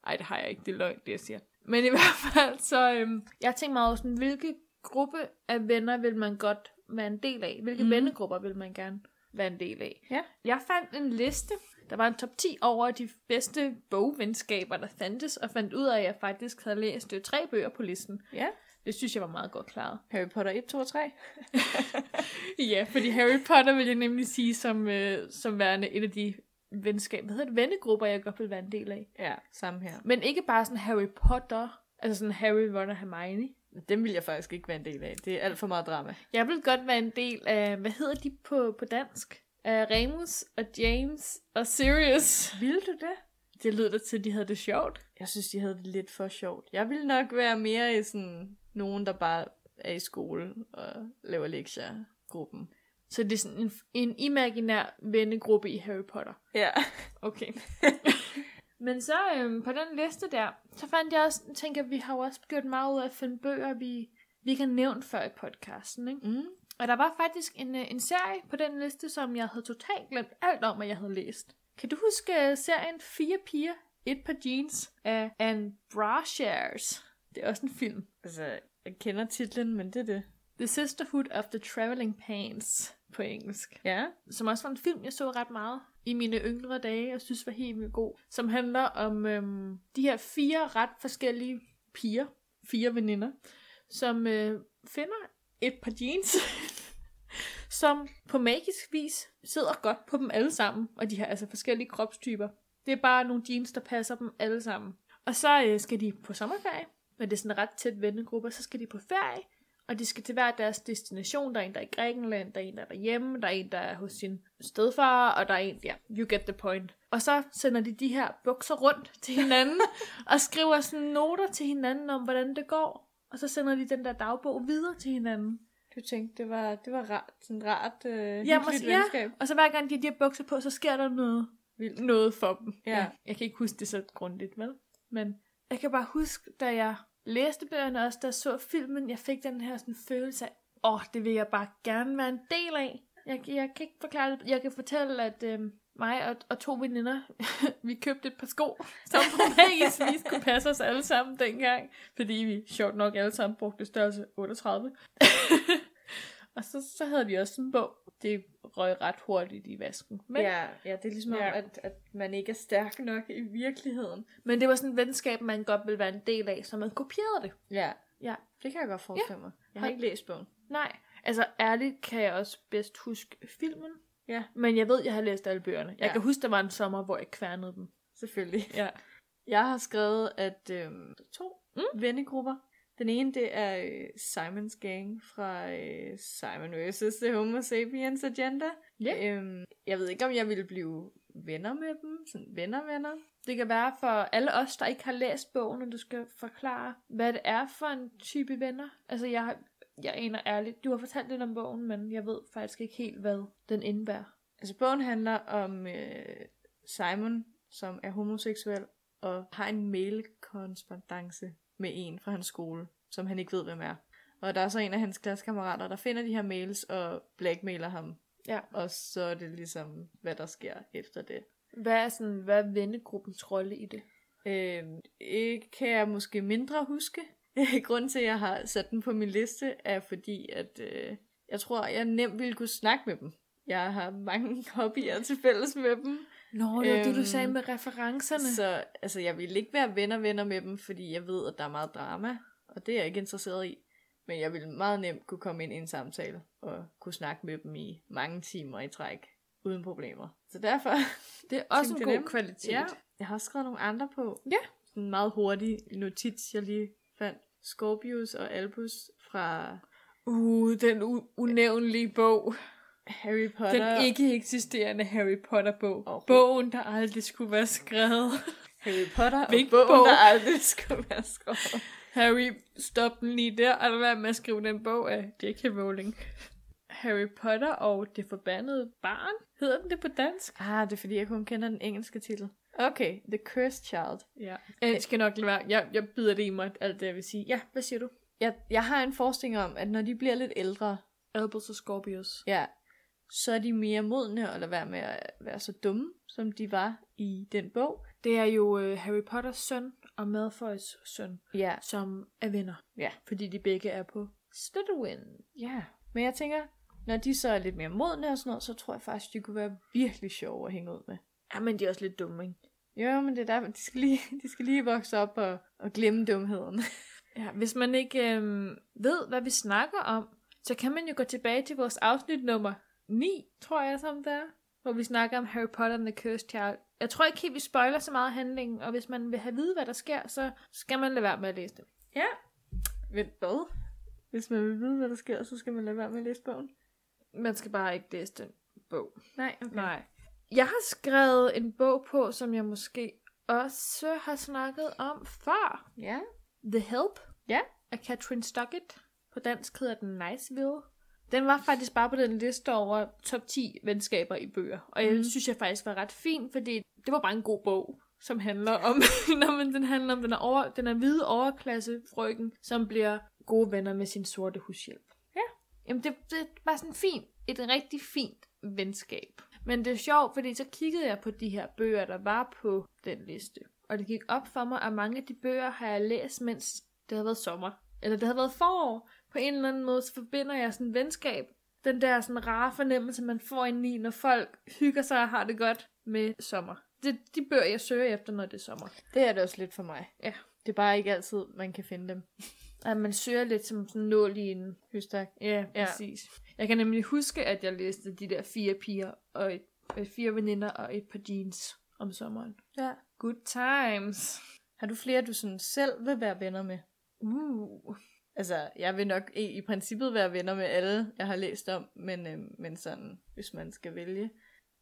Speaker 2: Ej, det har jeg ikke. Det er løgn, det jeg siger. Men i hvert fald, så øhm, jeg har tænkt mig over sådan, hvilke gruppe af venner vil man godt være en del af? Hvilke
Speaker 1: Mhm.
Speaker 2: mm. vennegrupper vil man gerne være en del af?
Speaker 1: Ja.
Speaker 2: Jeg fandt en liste, der var en top 10 over de bedste bogvenskaber, der fandtes, og fandt ud af, at jeg faktisk havde læst øh, tre bøger på listen.
Speaker 1: Ja.
Speaker 2: Det synes jeg var meget godt klaret.
Speaker 1: Harry Potter 1, 2 og 3?
Speaker 2: Ja, fordi Harry Potter vil jeg nemlig sige som, øh, som værende et af de venskab, hvad hedder det, vennegrupper, jeg godt vil være en del af.
Speaker 1: Ja, samme her.
Speaker 2: Men ikke bare sådan Harry Potter, altså sådan Harry, Ron og Hermione.
Speaker 1: Dem vil jeg faktisk ikke være en del af. Det er alt for meget drama.
Speaker 2: Jeg vil godt være en del af, hvad hedder de på, på dansk? Uh, Remus og James og Sirius.
Speaker 1: Vil du det?
Speaker 2: Det lød da til, at de havde det sjovt.
Speaker 1: Jeg synes, de havde det lidt for sjovt. Jeg ville nok være mere i sådan nogen, der bare er i skole og laver lektier gruppen.
Speaker 2: Så det er sådan en, en imaginær vennegruppe i Harry Potter.
Speaker 1: Ja.
Speaker 2: Okay. Men så øhm, på den liste der, så fandt jeg også, tænker, vi har jo også gjort meget ud af at finde bøger, vi, vi ikke har nævnt før i podcasten. Ikke?
Speaker 1: Mm.
Speaker 2: Og der var faktisk en, øh, en serie på den liste, som jeg havde totalt glemt alt om, at jeg havde læst. Kan du huske øh, serien Fire piger, et par jeans af Anne Brashares? Det er også en film.
Speaker 1: Altså, jeg kender titlen, men det er det.
Speaker 2: The Sisterhood of the Traveling Pants på engelsk.
Speaker 1: Ja.
Speaker 2: som også var en film, jeg så ret meget i mine yngre dage, og synes var helt vildt god, som handler om øhm, de her fire ret forskellige piger, fire veninder, som øh, finder et par jeans, som på magisk vis sidder godt på dem alle sammen, og de har altså forskellige kropstyper. Det er bare nogle jeans, der passer dem alle sammen. Og så øh, skal de på sommerferie, men det er sådan en ret tæt vennegruppe, så skal de på ferie, og de skal til hver deres destination. Der er en, der er i Grækenland, der er en, der er derhjemme, der er en, der er hos sin stedfar, og der er en, ja, you get the point. Og så sender de de her bukser rundt til hinanden, og skriver sådan noter til hinanden om, hvordan det går. Og så sender de den der dagbog videre til hinanden.
Speaker 1: Du tænkte, det var, det var rart, sådan rart, øh,
Speaker 2: Jamen, altså,
Speaker 1: hyggeligt
Speaker 2: ja.
Speaker 1: venskab.
Speaker 2: Og så hver gang de har de her bukser på, så sker der noget,
Speaker 1: Vildt.
Speaker 2: noget for dem.
Speaker 1: Ja.
Speaker 2: Jeg kan ikke huske det så grundigt, vel? Men jeg kan bare huske, da jeg læste bøgerne også, da jeg så filmen, jeg fik den her sådan følelse af, åh, oh, det vil jeg bare gerne være en del af. Jeg, jeg kan ikke forklare det. Jeg kan fortælle, at øh, mig og, og to veninder, vi købte et par sko, som på magisk vis kunne passe os alle sammen dengang. Fordi vi sjovt nok alle sammen brugte størrelse 38. og så, så havde vi også sådan en bog. Det røg ret hurtigt i vasken. Men
Speaker 1: ja, ja, det er ligesom
Speaker 2: Ja.
Speaker 1: at, at man ikke er stærk nok i virkeligheden.
Speaker 2: Men det var sådan et venskab, man godt ville være en del af, så man kopierede det.
Speaker 1: Ja,
Speaker 2: Ja.
Speaker 1: det kan jeg godt forestille mig. Jeg har
Speaker 2: Hold-
Speaker 1: ikke læst bogen.
Speaker 2: Nej. Altså ærligt kan jeg også bedst huske filmen.
Speaker 1: Ja.
Speaker 2: Men jeg ved, jeg har læst alle bøgerne. Jeg
Speaker 1: Ja.
Speaker 2: ja. kan huske, der var en sommer, hvor jeg kværnede dem.
Speaker 1: Selvfølgelig.
Speaker 2: Ja.
Speaker 1: Jeg har skrevet, at øh, to
Speaker 2: Mm.
Speaker 1: mm. vennegrupper. Den ene, det er øh, Simons Gang fra øh, Simon vs. The Homo Sapiens Agenda.
Speaker 2: Ja.
Speaker 1: Øhm, jeg ved ikke, om jeg ville blive venner med dem. Sådan venner-venner.
Speaker 2: Det kan være for alle os, der ikke har læst bogen, og du skal forklare, hvad det er for en type venner. Altså jeg, har- jeg aner ærligt, du har fortalt lidt om bogen, men jeg ved faktisk ikke helt, hvad den indebærer.
Speaker 1: Altså, bogen handler om øh, Simon, som er homoseksuel, og har en mailkorrespondance med en fra hans skole, som han ikke ved, hvem er. Og der er så en af hans klassekammerater, der finder de her mails og blackmailer ham.
Speaker 2: Ja.
Speaker 1: Og så er det ligesom, hvad der sker efter det.
Speaker 2: Hvad er, sådan, hvad er vennegruppens rolle i det?
Speaker 1: Øh, ikke kan jeg måske mindre huske. Grunden til, at jeg har sat den på min liste, er fordi, at øh, jeg tror, jeg nemt ville kunne snakke med dem. Jeg har mange hobbyer til fælles med dem,
Speaker 2: Nå, det var det, du
Speaker 1: Øhm,
Speaker 2: sagde med referencerne. Så...
Speaker 1: Så altså, jeg ville ikke være venner venner med dem, fordi jeg ved, at der er meget drama, og det er jeg ikke interesseret i. Men jeg ville meget nemt kunne komme ind i en samtale og kunne snakke med dem i mange timer i træk, uden problemer. Så derfor,
Speaker 2: Det er også en
Speaker 1: tænkte
Speaker 2: god
Speaker 1: jeg
Speaker 2: dem.
Speaker 1: dem.
Speaker 2: kvalitet.
Speaker 1: ja, jeg har også skrevet nogle andre på.
Speaker 2: Ja.
Speaker 1: Sådan en meget hurtig notits, jeg lige fandt. Scorpius og Albus fra
Speaker 2: Uh, den u- unævnlige bog.
Speaker 1: Harry Potter.
Speaker 2: Den ikke eksisterende Harry Potter-bog.
Speaker 1: Overhovedet.
Speaker 2: Bogen, der aldrig skulle være skrevet.
Speaker 1: Harry Potter og
Speaker 2: Hvilken
Speaker 1: bogen,
Speaker 2: bog?
Speaker 1: der aldrig skulle være skrevet.
Speaker 2: Harry, stop den lige der, og lad være med at skrive den bog af J.K. Rowling. Harry Potter og det forbandede barn, hedder den det på dansk?
Speaker 1: Ah, det er fordi, jeg kun kender den engelske titel. Okay, The Cursed Child.
Speaker 2: Ja. Jeg skal nok lade være. Jeg, jeg bider det i mig, alt det jeg vil sige. Ja, hvad siger du?
Speaker 1: Jeg, jeg har en forestilling om, at når de bliver lidt ældre,
Speaker 2: Albus og Scorpius.
Speaker 1: ja, så er de mere modne og lader være med at være så dumme, som de var i den bog.
Speaker 2: Det er jo øh, Harry Potters søn og Malfoys søn,
Speaker 1: Ja.
Speaker 2: som er venner.
Speaker 1: Ja.
Speaker 2: Fordi de begge er på Slytherin.
Speaker 1: ja. Men jeg tænker, når de så er lidt mere modne og sådan noget, så tror jeg faktisk, de kunne være virkelig sjove at hænge ud med.
Speaker 2: Ja, men de er også lidt dumme, ikke?
Speaker 1: Jo, men det er der, de skal lige, de skal lige vokse op og, og glemme dumheden.
Speaker 2: Ja, hvis man ikke øh, ved, hvad vi snakker om, så kan man jo gå tilbage til vores afsnit nummer 9, tror jeg, som det er. Hvor vi snakker om Harry Potter and the Cursed Child. Jeg tror ikke helt, vi spoiler så meget handlingen, og hvis man vil have vide, hvad der sker, så skal man lade være med at læse det.
Speaker 1: Ja. Vent, hvad? Hvis man vil vide, hvad der sker, så skal man lade være med at læse bogen.
Speaker 2: Man skal bare ikke læse den bog.
Speaker 1: Nej, okay.
Speaker 2: Nej. Jeg har skrevet en bog på, som jeg måske også har snakket om før.
Speaker 1: Ja.
Speaker 2: The Help
Speaker 1: Ja.
Speaker 2: af Catherine Stockett. På dansk hedder den Niceville. Den var faktisk bare på den liste over top 10 venskaber i bøger. Og jeg
Speaker 1: Mhm.
Speaker 2: synes, jeg faktisk var ret fin, fordi det var bare en god bog, som handler om, når man, den handler om den her, over, den her hvide overklassefrøken, som bliver gode venner med sin sorte hushjælp. Jamen, det, det var sådan fint, et rigtig fint venskab. Men det er sjovt, fordi så kiggede jeg på de her bøger, der var på den liste. Og det gik op for mig, at mange af de bøger har jeg læst, mens det havde været sommer. Eller det havde været forår. På en eller anden måde, så forbinder jeg sådan venskab. Den der sådan rare fornemmelse, man får indeni, når folk hygger sig og har det godt med sommer. Det er de bøger, jeg søger efter, når det er sommer.
Speaker 1: Det er det også lidt for mig.
Speaker 2: Ja.
Speaker 1: Det er bare ikke altid, man kan finde dem.
Speaker 2: At man søger lidt som sådan en nål i en
Speaker 1: Høstak.
Speaker 2: Ja,
Speaker 1: Ja.
Speaker 2: præcis. Jeg kan nemlig huske, at jeg læste de der fire piger og et, øh, fire veninder og et par jeans om sommeren.
Speaker 1: Ja.
Speaker 2: Good times.
Speaker 1: Har du flere, du sådan selv vil være venner med?
Speaker 2: Uh.
Speaker 1: Altså, jeg vil nok i, i princippet være venner med alle, jeg har læst om, men, øh, men sådan, hvis man skal vælge.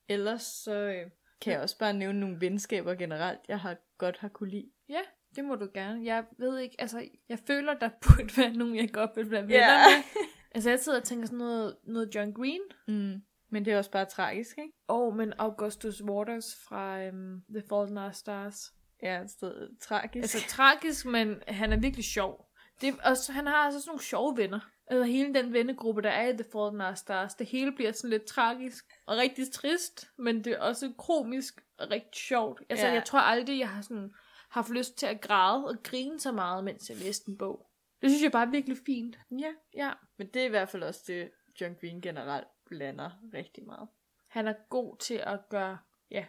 Speaker 1: Ellers så øh, kan jeg også bare nævne nogle venskaber generelt, jeg har godt har kunne lide.
Speaker 2: Ja, det må du gerne. Jeg ved ikke, altså, jeg føler, der burde være nogen, jeg godt vil være venner
Speaker 1: Ja.
Speaker 2: med. Altså, jeg sidder og tænker sådan noget, noget John Green.
Speaker 1: Mm. Men det er også bare tragisk, ikke?
Speaker 2: Og, men Augustus Waters fra um, The Fault in Our Stars.
Speaker 1: Ja, et sted tragisk.
Speaker 2: Altså tragisk, men han er virkelig sjov. Det, er- og så- han har altså sådan nogle sjove venner. Altså hele den vennegruppe, der er i The Fault in Our Stars, det hele bliver sådan lidt tragisk og rigtig trist, men det er også komisk og rigtig sjovt. Altså ja.
Speaker 1: Ja.
Speaker 2: jeg tror aldrig, jeg har sådan haft lyst til at græde og grine så meget, mens jeg læste en bog. Det synes jeg bare er virkelig fint.
Speaker 1: ja.
Speaker 2: Ja.
Speaker 1: Men det er i hvert fald også det, John Green generelt blander rigtig meget.
Speaker 2: Han er god til at gøre, ja,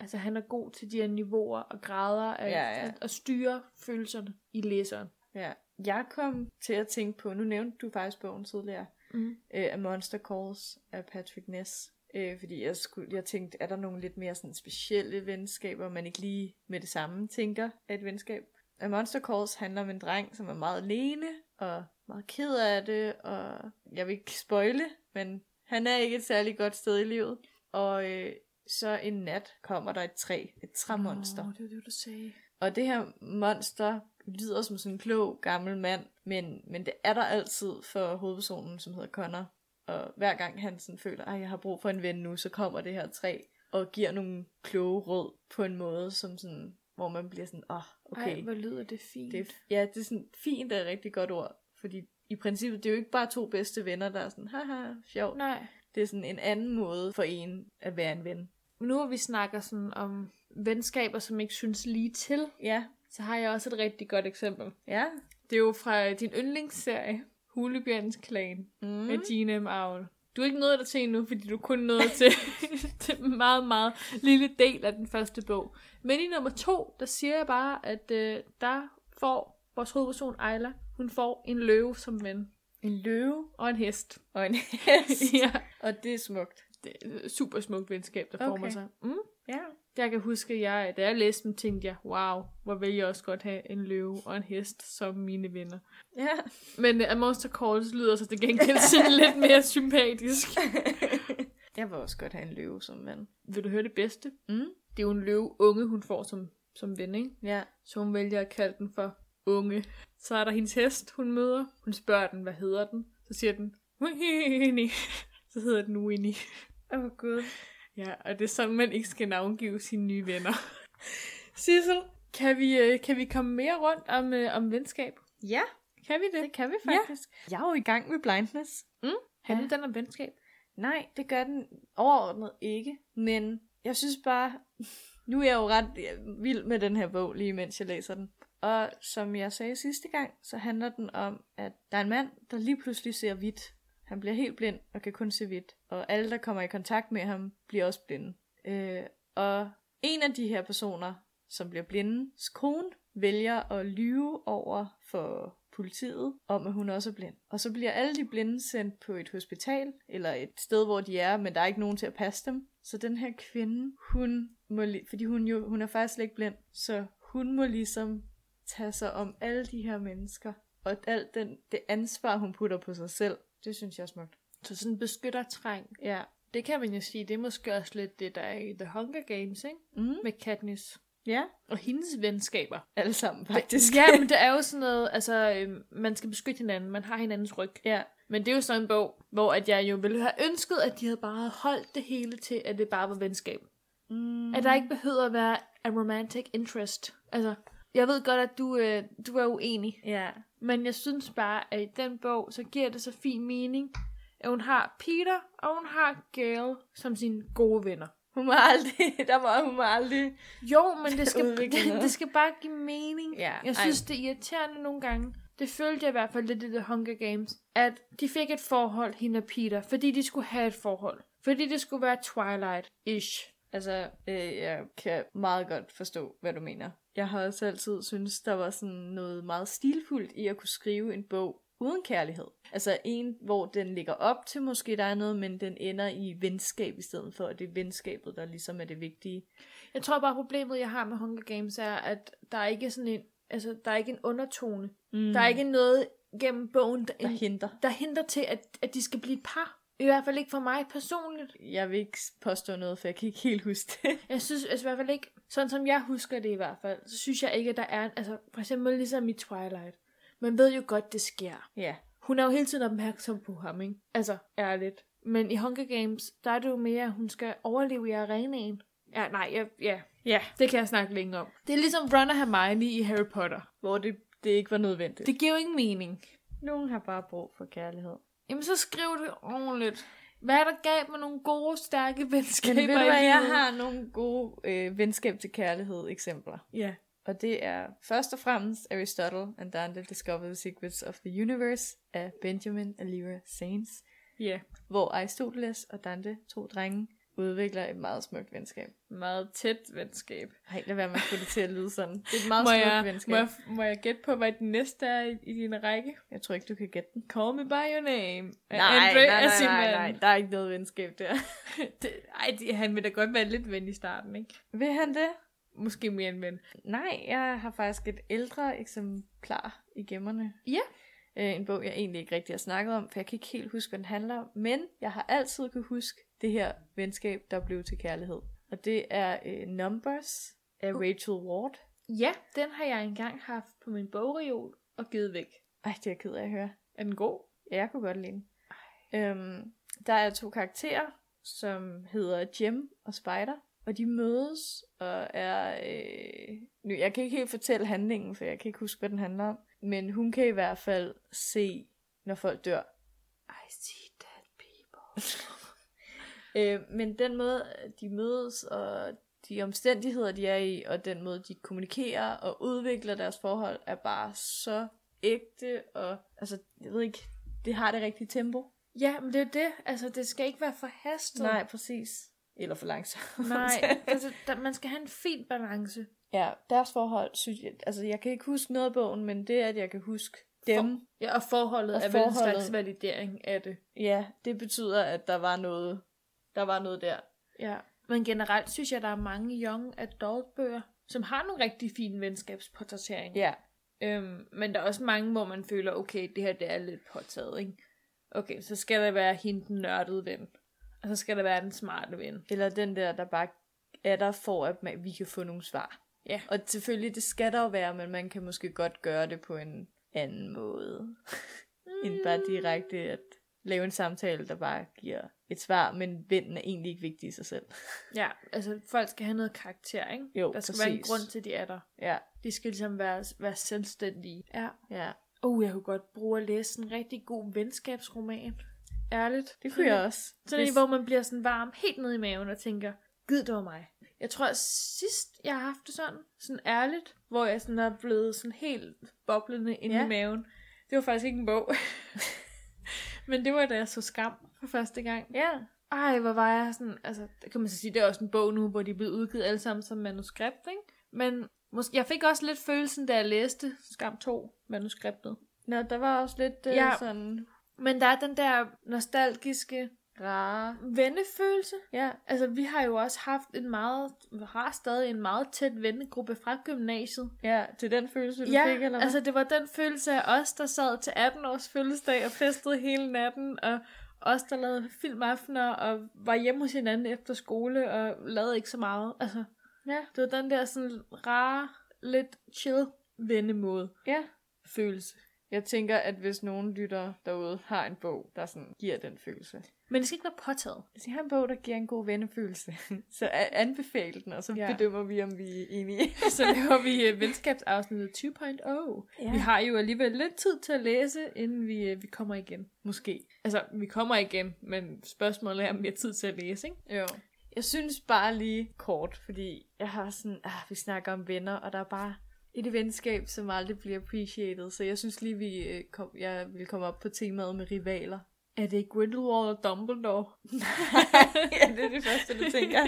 Speaker 2: altså han er god til de her niveauer og grader af,
Speaker 1: Ja, ja.
Speaker 2: At, at styre følelserne i læseren.
Speaker 1: Ja. Jeg kom til at tænke på, nu nævnte du faktisk bogen tidligere,
Speaker 2: Mm.
Speaker 1: øh, af Monster Calls af Patrick Ness. Øh, fordi jeg, skulle, jeg tænkte, er der nogle lidt mere sådan specielle venskaber, man ikke lige med det samme tænker af et venskab? A Monster Calls handler om en dreng, som er meget alene og meget ked af det, og jeg vil ikke spoile, men han er ikke et særligt godt sted i livet. Og øh, så en nat kommer der et træ, et træmonster.
Speaker 2: Nå, det var det, du sagde.
Speaker 1: Og det her monster lyder som sådan en klog gammel mand, men, men det er der altid for hovedpersonen, som hedder Connor. Og hver gang han sådan føler, at jeg har brug for en ven nu, så kommer det her træ og giver nogle kloge råd på en måde, som sådan, hvor man bliver sådan, åh, oh, okay.
Speaker 2: Ej, hvor lyder det fint.
Speaker 1: det er, ja, det er sådan fint, det er et rigtig godt ord, fordi i princippet, det er jo ikke bare to bedste venner, der er sådan, haha, sjovt.
Speaker 2: Nej.
Speaker 1: Det er sådan en anden måde for en at være en ven.
Speaker 2: Nu hvor vi snakker sådan om venskaber, som ikke synes lige til,
Speaker 1: Ja,
Speaker 2: så har jeg også et rigtig godt eksempel.
Speaker 1: ja.
Speaker 2: Det er jo fra din yndlingsserie, Hulebjørnens Klan, mm.
Speaker 1: Mm.
Speaker 2: med Gina M. Aul. Du er ikke nået der til endnu, fordi du er kun nået til, til en meget, meget lille del af den første bog. Men i nummer to, der siger jeg bare, at øh, der får vores hovedperson Ejla, hun får en løve som ven.
Speaker 1: En løve
Speaker 2: Og en hest.
Speaker 1: og en hest.
Speaker 2: ja,
Speaker 1: og det er smukt.
Speaker 2: det er et super smukt venskab, der okay. former
Speaker 1: Okay.
Speaker 2: sig. Mm?
Speaker 1: Ja.
Speaker 2: Jeg kan huske, at jeg, da jeg læste dem, tænkte jeg, wow, hvor vil jeg også godt have en løve og en hest som mine venner.
Speaker 1: Ja.
Speaker 2: Men uh, A Monster Calls lyder så til gengæld sådan lidt mere sympatisk.
Speaker 1: jeg vil også godt have en løve som ven.
Speaker 2: Vil du høre det bedste?
Speaker 1: Mm.
Speaker 2: Det er jo en løve unge, hun får som, som ven, ikke?
Speaker 1: Ja.
Speaker 2: Så hun vælger at kalde den for unge. Så er der hendes hest, hun møder. Hun spørger den, hvad hedder den? Så siger den, Winnie. Så hedder den Winnie.
Speaker 1: Åh, oh, Gud.
Speaker 2: Ja, og det er sådan, man ikke skal navngive sine nye venner. Sissel, kan vi, øh, kan vi komme mere rundt om, øh, om venskab?
Speaker 1: Ja,
Speaker 2: Kan vi det?
Speaker 1: det kan vi
Speaker 2: Ja.
Speaker 1: faktisk. Ja. Jeg er jo i gang med blindness.
Speaker 2: Handler den om venskab?
Speaker 1: Nej, det gør den overordnet ikke. Men jeg synes bare, nu er jeg jo ret øh, vild med den her bog, lige mens jeg læser den. Og som jeg sagde sidste gang, så handler den om, at der er en mand, der lige pludselig ser hvidt. Han bliver helt blind og kan kun se hvidt. Og alle, der kommer i kontakt med ham, bliver også blinde. Øh, og en af de her personer, som bliver blindens kone, vælger at lyve over for politiet om, at hun også er blind. Og så bliver alle de blinde sendt på et hospital, eller et sted, hvor de er, men der er ikke nogen til at passe dem. Så den her kvinde, hun må, li- fordi hun, jo, hun er faktisk slet ikke blind, så hun må ligesom tage sig om alle de her mennesker, og alt den, det ansvar, hun putter på sig selv, det synes jeg er smukt.
Speaker 2: Så sådan en beskyttertræng.
Speaker 1: Ja.
Speaker 2: Det kan man jo sige, det er måske også lidt det, der er i The Hunger Games, ikke?
Speaker 1: Mm.
Speaker 2: Med Katniss.
Speaker 1: Ja,
Speaker 2: Og hendes venskaber.
Speaker 1: alle sammen faktisk.
Speaker 2: Ja, men det er jo sådan noget, altså, øhm, man skal beskytte hinanden, man har hinandens ryg.
Speaker 1: ja.
Speaker 2: Men det er jo sådan en bog, hvor at jeg jo ville have ønsket, at de havde bare holdt det hele til, at det bare var venskab.
Speaker 1: Mm.
Speaker 2: At der ikke behøver at være a romantic interest. Altså, jeg ved godt, at du, øh, du er uenig.
Speaker 1: Ja.
Speaker 2: Men jeg synes bare, at i den bog, så giver det så fin mening, at hun har Peter, og hun har Gale som sine gode venner.
Speaker 1: Hun må aldrig, der var hun må aldrig.
Speaker 2: Jo, men det skal,
Speaker 1: Udvikle noget.
Speaker 2: det skal bare give mening.
Speaker 1: Ja,
Speaker 2: jeg
Speaker 1: ej.
Speaker 2: synes, det er irriterende nogle gange. Det følte jeg i hvert fald lidt i The Hunger Games, at de fik et forhold, hende og Peter, fordi de skulle have et forhold. Fordi det skulle være Twilight-ish.
Speaker 1: Altså, øh, jeg kan meget godt forstå, hvad du mener. Jeg har også altid synes der var sådan noget meget stilfuldt i at kunne skrive en bog uden kærlighed. Altså en, hvor den ligger op til måske der er noget, men den ender i venskab i stedet for, og det er venskabet, der ligesom er det vigtige.
Speaker 2: Jeg tror bare, problemet, jeg har med Hunger Games, er, at der er ikke sådan en, altså, der er ikke en undertone. Mm.
Speaker 1: Mm.
Speaker 2: Der er ikke noget gennem bogen, der,
Speaker 1: der
Speaker 2: der,
Speaker 1: henter.
Speaker 2: der hindrer til, at, at de skal blive et par. I hvert fald ikke for mig personligt.
Speaker 1: Jeg vil ikke påstå noget, for jeg kan ikke helt huske det.
Speaker 2: Jeg synes altså i hvert fald ikke, sådan som jeg husker det i hvert fald, så synes jeg ikke, at der er, en- altså for eksempel ligesom i Twilight. Man ved jo godt, det sker.
Speaker 1: ja.
Speaker 2: Hun er jo hele tiden opmærksom på ham, ikke? Altså, ærligt. Men i Hunger Games, der er det jo mere, at hun skal overleve i arenaen. Ja, nej, jeg, ja,
Speaker 1: Ja.
Speaker 2: det kan jeg snakke længe om. Det er ligesom Ron og Hermione i Harry Potter.
Speaker 1: Hvor det, det ikke var nødvendigt.
Speaker 2: Det giver jo ingen mening.
Speaker 1: Nogen har bare brug for kærlighed.
Speaker 2: Jamen, så skriv det ordentligt. Hvad er der galt med nogle gode, stærke venskaber?
Speaker 1: Men ved du
Speaker 2: i
Speaker 1: hvad, jeg
Speaker 2: livet?
Speaker 1: har nogle gode øh, venskab til kærlighed eksempler.
Speaker 2: Ja.
Speaker 1: Og det er først og fremmest Aristotle and Dante Discover the Secrets of the Universe af Benjamin og Lyra Saints,
Speaker 2: Ja.
Speaker 1: hvor Aristoteles og Dante, to drenge, udvikler et meget smukt venskab.
Speaker 2: Meget tæt venskab.
Speaker 1: Ej, lad være med at få det til at lyde sådan. Det er et meget
Speaker 2: Må
Speaker 1: smukt
Speaker 2: jeg,
Speaker 1: venskab.
Speaker 2: må, jeg, må jeg gætte på, hvad den næste er i, i din række?
Speaker 1: Jeg tror ikke, du kan gætte den.
Speaker 2: Call me by your name. af
Speaker 1: Nej,
Speaker 2: Andre
Speaker 1: nej, nej, nej,
Speaker 2: Asimov.
Speaker 1: nej, der er ikke noget venskab der.
Speaker 2: Det, ej, det, han vil da godt være lidt ven i starten, ikke?
Speaker 1: Vil han det?
Speaker 2: Måske mere end ven.
Speaker 1: Nej, jeg har faktisk et ældre eksemplar i gemmerne.
Speaker 2: Ja.
Speaker 1: Øh, en bog, jeg egentlig ikke rigtig har snakket om, for jeg kan ikke helt huske, hvad den handler om. Men jeg har altid kunne huske det her venskab, der blev til kærlighed. Og det er øh, Numbers af
Speaker 2: Uh.
Speaker 1: Rachel Ward.
Speaker 2: Ja, den har jeg engang haft på min bogreol og givet væk.
Speaker 1: Ej, det er jeg ked af at høre.
Speaker 2: Er den god?
Speaker 1: Ja, jeg kunne godt lide den. Øhm, der er to karakterer, som hedder Jem og Spider, og de mødes og er... Øh, nu, jeg kan ikke helt fortælle handlingen, for jeg kan ikke huske, hvad den handler om, men hun kan i hvert fald se, når folk dør.
Speaker 2: I see dead people.
Speaker 1: Øh, men den måde, de mødes, og de omstændigheder, de er i, og den måde, de kommunikerer og udvikler deres forhold, er bare så ægte, og altså, jeg ved ikke, det har det rigtige tempo.
Speaker 2: Ja, men det er jo det. Altså, det skal ikke være for hastet.
Speaker 1: Nej, præcis. Eller for langsomt.
Speaker 2: Nej, altså, der, man skal have en fin balance.
Speaker 1: ja, deres forhold, synes jeg, altså jeg kan ikke huske noget af bogen, men det at jeg kan huske dem, for...
Speaker 2: Ja, og forholdet
Speaker 1: Og
Speaker 2: og er vel en
Speaker 1: forholdet.
Speaker 2: slags validering af det.
Speaker 1: ja, det betyder, at der var noget, der var noget der.
Speaker 2: Ja. Men generelt synes jeg, der er mange young adult bøger, som har nogle rigtig fine venskabsportrætteringer.
Speaker 1: Ja,
Speaker 2: Øhm, men der er også mange, hvor man føler, okay, det her det er lidt påtaget, ikke? Okay, så skal der være hende den nørdede ven. Og så skal der være den smarte ven.
Speaker 1: eller den der, der bare er der for, at man, vi kan få nogle svar.
Speaker 2: Ja.
Speaker 1: Og selvfølgelig, det skal der jo være, men man kan måske godt gøre det på en anden måde. end bare direkte at lave en samtale, der bare giver et svar, men vennen er egentlig ikke vigtig i sig selv.
Speaker 2: Ja, altså folk skal have noget karakter, ikke?
Speaker 1: Jo,
Speaker 2: der skal være en
Speaker 1: præcis.
Speaker 2: grund til, at de er der.
Speaker 1: Ja,
Speaker 2: De skal ligesom være, være selvstændige. Ja.
Speaker 1: ja.
Speaker 2: Oh, jeg kunne godt bruge at læse en rigtig god venskabsroman. Ærligt.
Speaker 1: Det kunne jeg også.
Speaker 2: Sådan en, hvor man bliver sådan varm helt ned i maven og tænker, gid det var mig. Jeg tror, at sidst jeg har haft det sådan, sådan ærligt, hvor jeg sådan er blevet sådan helt boblende inde ja.
Speaker 1: Ja.
Speaker 2: i maven. Det var faktisk ikke en bog. Men det var, da jeg så skam for første gang.
Speaker 1: Ja.
Speaker 2: Ej, hvor var jeg sådan, altså, det kan man så sige, det er også en bog nu, hvor de er blevet udgivet alle sammen som manuskript, ikke? Men mås- jeg fik også lidt følelsen, da jeg læste Skam 2 manuskriptet.
Speaker 1: Nå, der var også lidt øh,
Speaker 2: Ja.
Speaker 1: ja. sådan
Speaker 2: Men der er den der nostalgiske
Speaker 1: rare...
Speaker 2: vennefølelse,
Speaker 1: Ja,
Speaker 2: Altså, vi har jo også haft en meget, har stadig en meget tæt vennegruppe fra gymnasiet.
Speaker 1: ja, til den følelse, du fik, eller hvad?
Speaker 2: altså det var den følelse af os, der sad til 18 års fødselsdag og festede hele natten, og os, der lavede filmaftener og var hjemme hos hinanden efter skole og lavede ikke så meget. Altså,
Speaker 1: ja.
Speaker 2: det var den der sådan rare, lidt chill vendemåde
Speaker 1: ja.
Speaker 2: følelse.
Speaker 1: Jeg tænker, at hvis nogen lytter derude har en bog, der sådan giver den følelse.
Speaker 2: Men det skal ikke være påtaget.
Speaker 1: Hvis I har en bog, der giver en god vennefølelse, så a- anbefal den, og så
Speaker 2: Ja.
Speaker 1: ja. bedømmer vi, om vi er enige.
Speaker 2: Så laver vi øh, venskabsafsnittet oh. 2.0. Ja. Vi har jo alligevel lidt tid til at læse, inden vi, øh, vi kommer igen.
Speaker 1: Måske.
Speaker 2: Altså, vi kommer igen, men spørgsmålet er, om vi har tid til at læse, ikke?
Speaker 1: Jo. Jeg synes bare lige kort, fordi jeg har sådan, ah, vi snakker om venner, og der er bare et venskab, som aldrig bliver appreciated. Så jeg synes lige, vi øh, kom, jeg vil komme op på temaet med rivaler.
Speaker 2: Er det Grindelwald og Dumbledore?
Speaker 1: ja, det er det første, du tænker.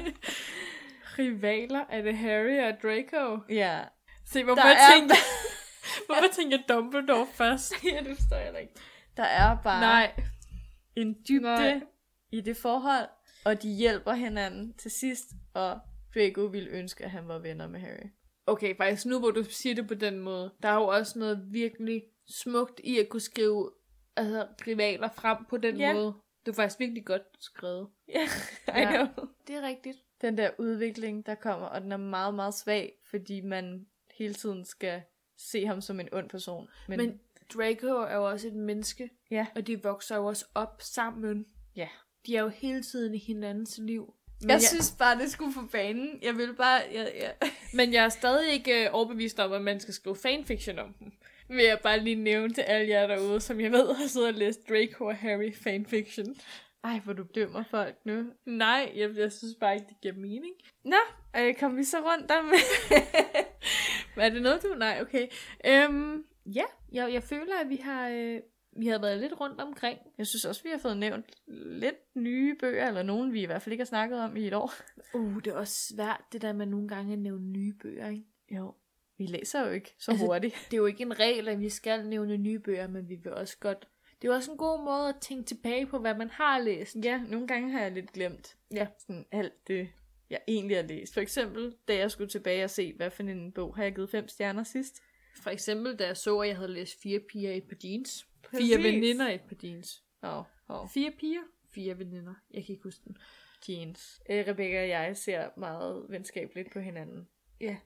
Speaker 2: Rivaler? Er det Harry og Draco?
Speaker 1: ja.
Speaker 2: Se, hvorfor,
Speaker 1: Der
Speaker 2: jeg
Speaker 1: er-
Speaker 2: tænker, hvorfor tænker jeg Dumbledore først?
Speaker 1: ja, det forstår jeg heller ikke. Der er bare
Speaker 2: Nej.
Speaker 1: en dybde
Speaker 2: Nej.
Speaker 1: i det forhold, og de hjælper hinanden til sidst, og Draco ville ønske, at han var venner med Harry.
Speaker 2: Okay, faktisk nu hvor du siger det på den måde, der er jo også noget virkelig smukt i at kunne skrive altså, rivaler frem på den
Speaker 1: Ja.
Speaker 2: måde. Det er faktisk virkelig godt skrevet.
Speaker 1: Ja,
Speaker 2: I
Speaker 1: know.
Speaker 2: Det er rigtigt.
Speaker 1: den der udvikling, der kommer, og den er meget, meget svag, fordi man hele tiden skal se ham som en ond person. Men,
Speaker 2: Men Draco er jo også et menneske,
Speaker 1: ja,
Speaker 2: og de vokser jo også op sammen.
Speaker 1: ja.
Speaker 2: de er jo hele tiden i hinandens liv. Men
Speaker 1: Men jeg, jeg synes bare, det skulle på banen. Jeg vil bare... Jeg, jeg...
Speaker 2: men jeg er stadig ikke øh, overbevist om, at man skal skrive fanfiction om dem. Vil jeg bare lige nævne til alle jer derude, som jeg ved har siddet og læst Draco og Harry fanfiction.
Speaker 1: Ej, hvor du dømmer folk nu.
Speaker 2: Nej, jeg, jeg synes bare ikke, det giver mening.
Speaker 1: Nå, øh, kom vi så rundt om...
Speaker 2: Men er det noget, du... Nej, okay. Øhm, ja, jeg, jeg føler, at vi har, øh, vi har været lidt rundt omkring.
Speaker 1: jeg synes også, vi har fået nævnt lidt nye bøger, eller nogen, vi i hvert fald ikke har snakket om i et år.
Speaker 2: Uh, det er også svært, det der med nogle gange at nævne nye bøger, ikke?
Speaker 1: Jo, vi læser jo ikke så
Speaker 2: Altså,
Speaker 1: altså, hurtigt.
Speaker 2: Det er jo ikke en regel, at vi skal nævne nye bøger, men vi vil også godt... Det er jo også en god måde at tænke tilbage på, hvad man har læst.
Speaker 1: Ja, nogle gange har jeg lidt glemt
Speaker 2: Ja.
Speaker 1: sådan alt det, jeg egentlig har læst. For eksempel, da jeg skulle tilbage og se, hvad for en bog har jeg givet fem stjerner sidst,
Speaker 2: For eksempel, da jeg så, at jeg havde læst fire piger i et par jeans.
Speaker 1: Præcis.
Speaker 2: Fire veninder i et par jeans.
Speaker 1: Åh, oh, oh.
Speaker 2: Fire piger? Fire veninder. Jeg kan ikke huske den.
Speaker 1: jeans. Øh, Rebecca og jeg ser meget venskabeligt på hinanden.
Speaker 2: Ja.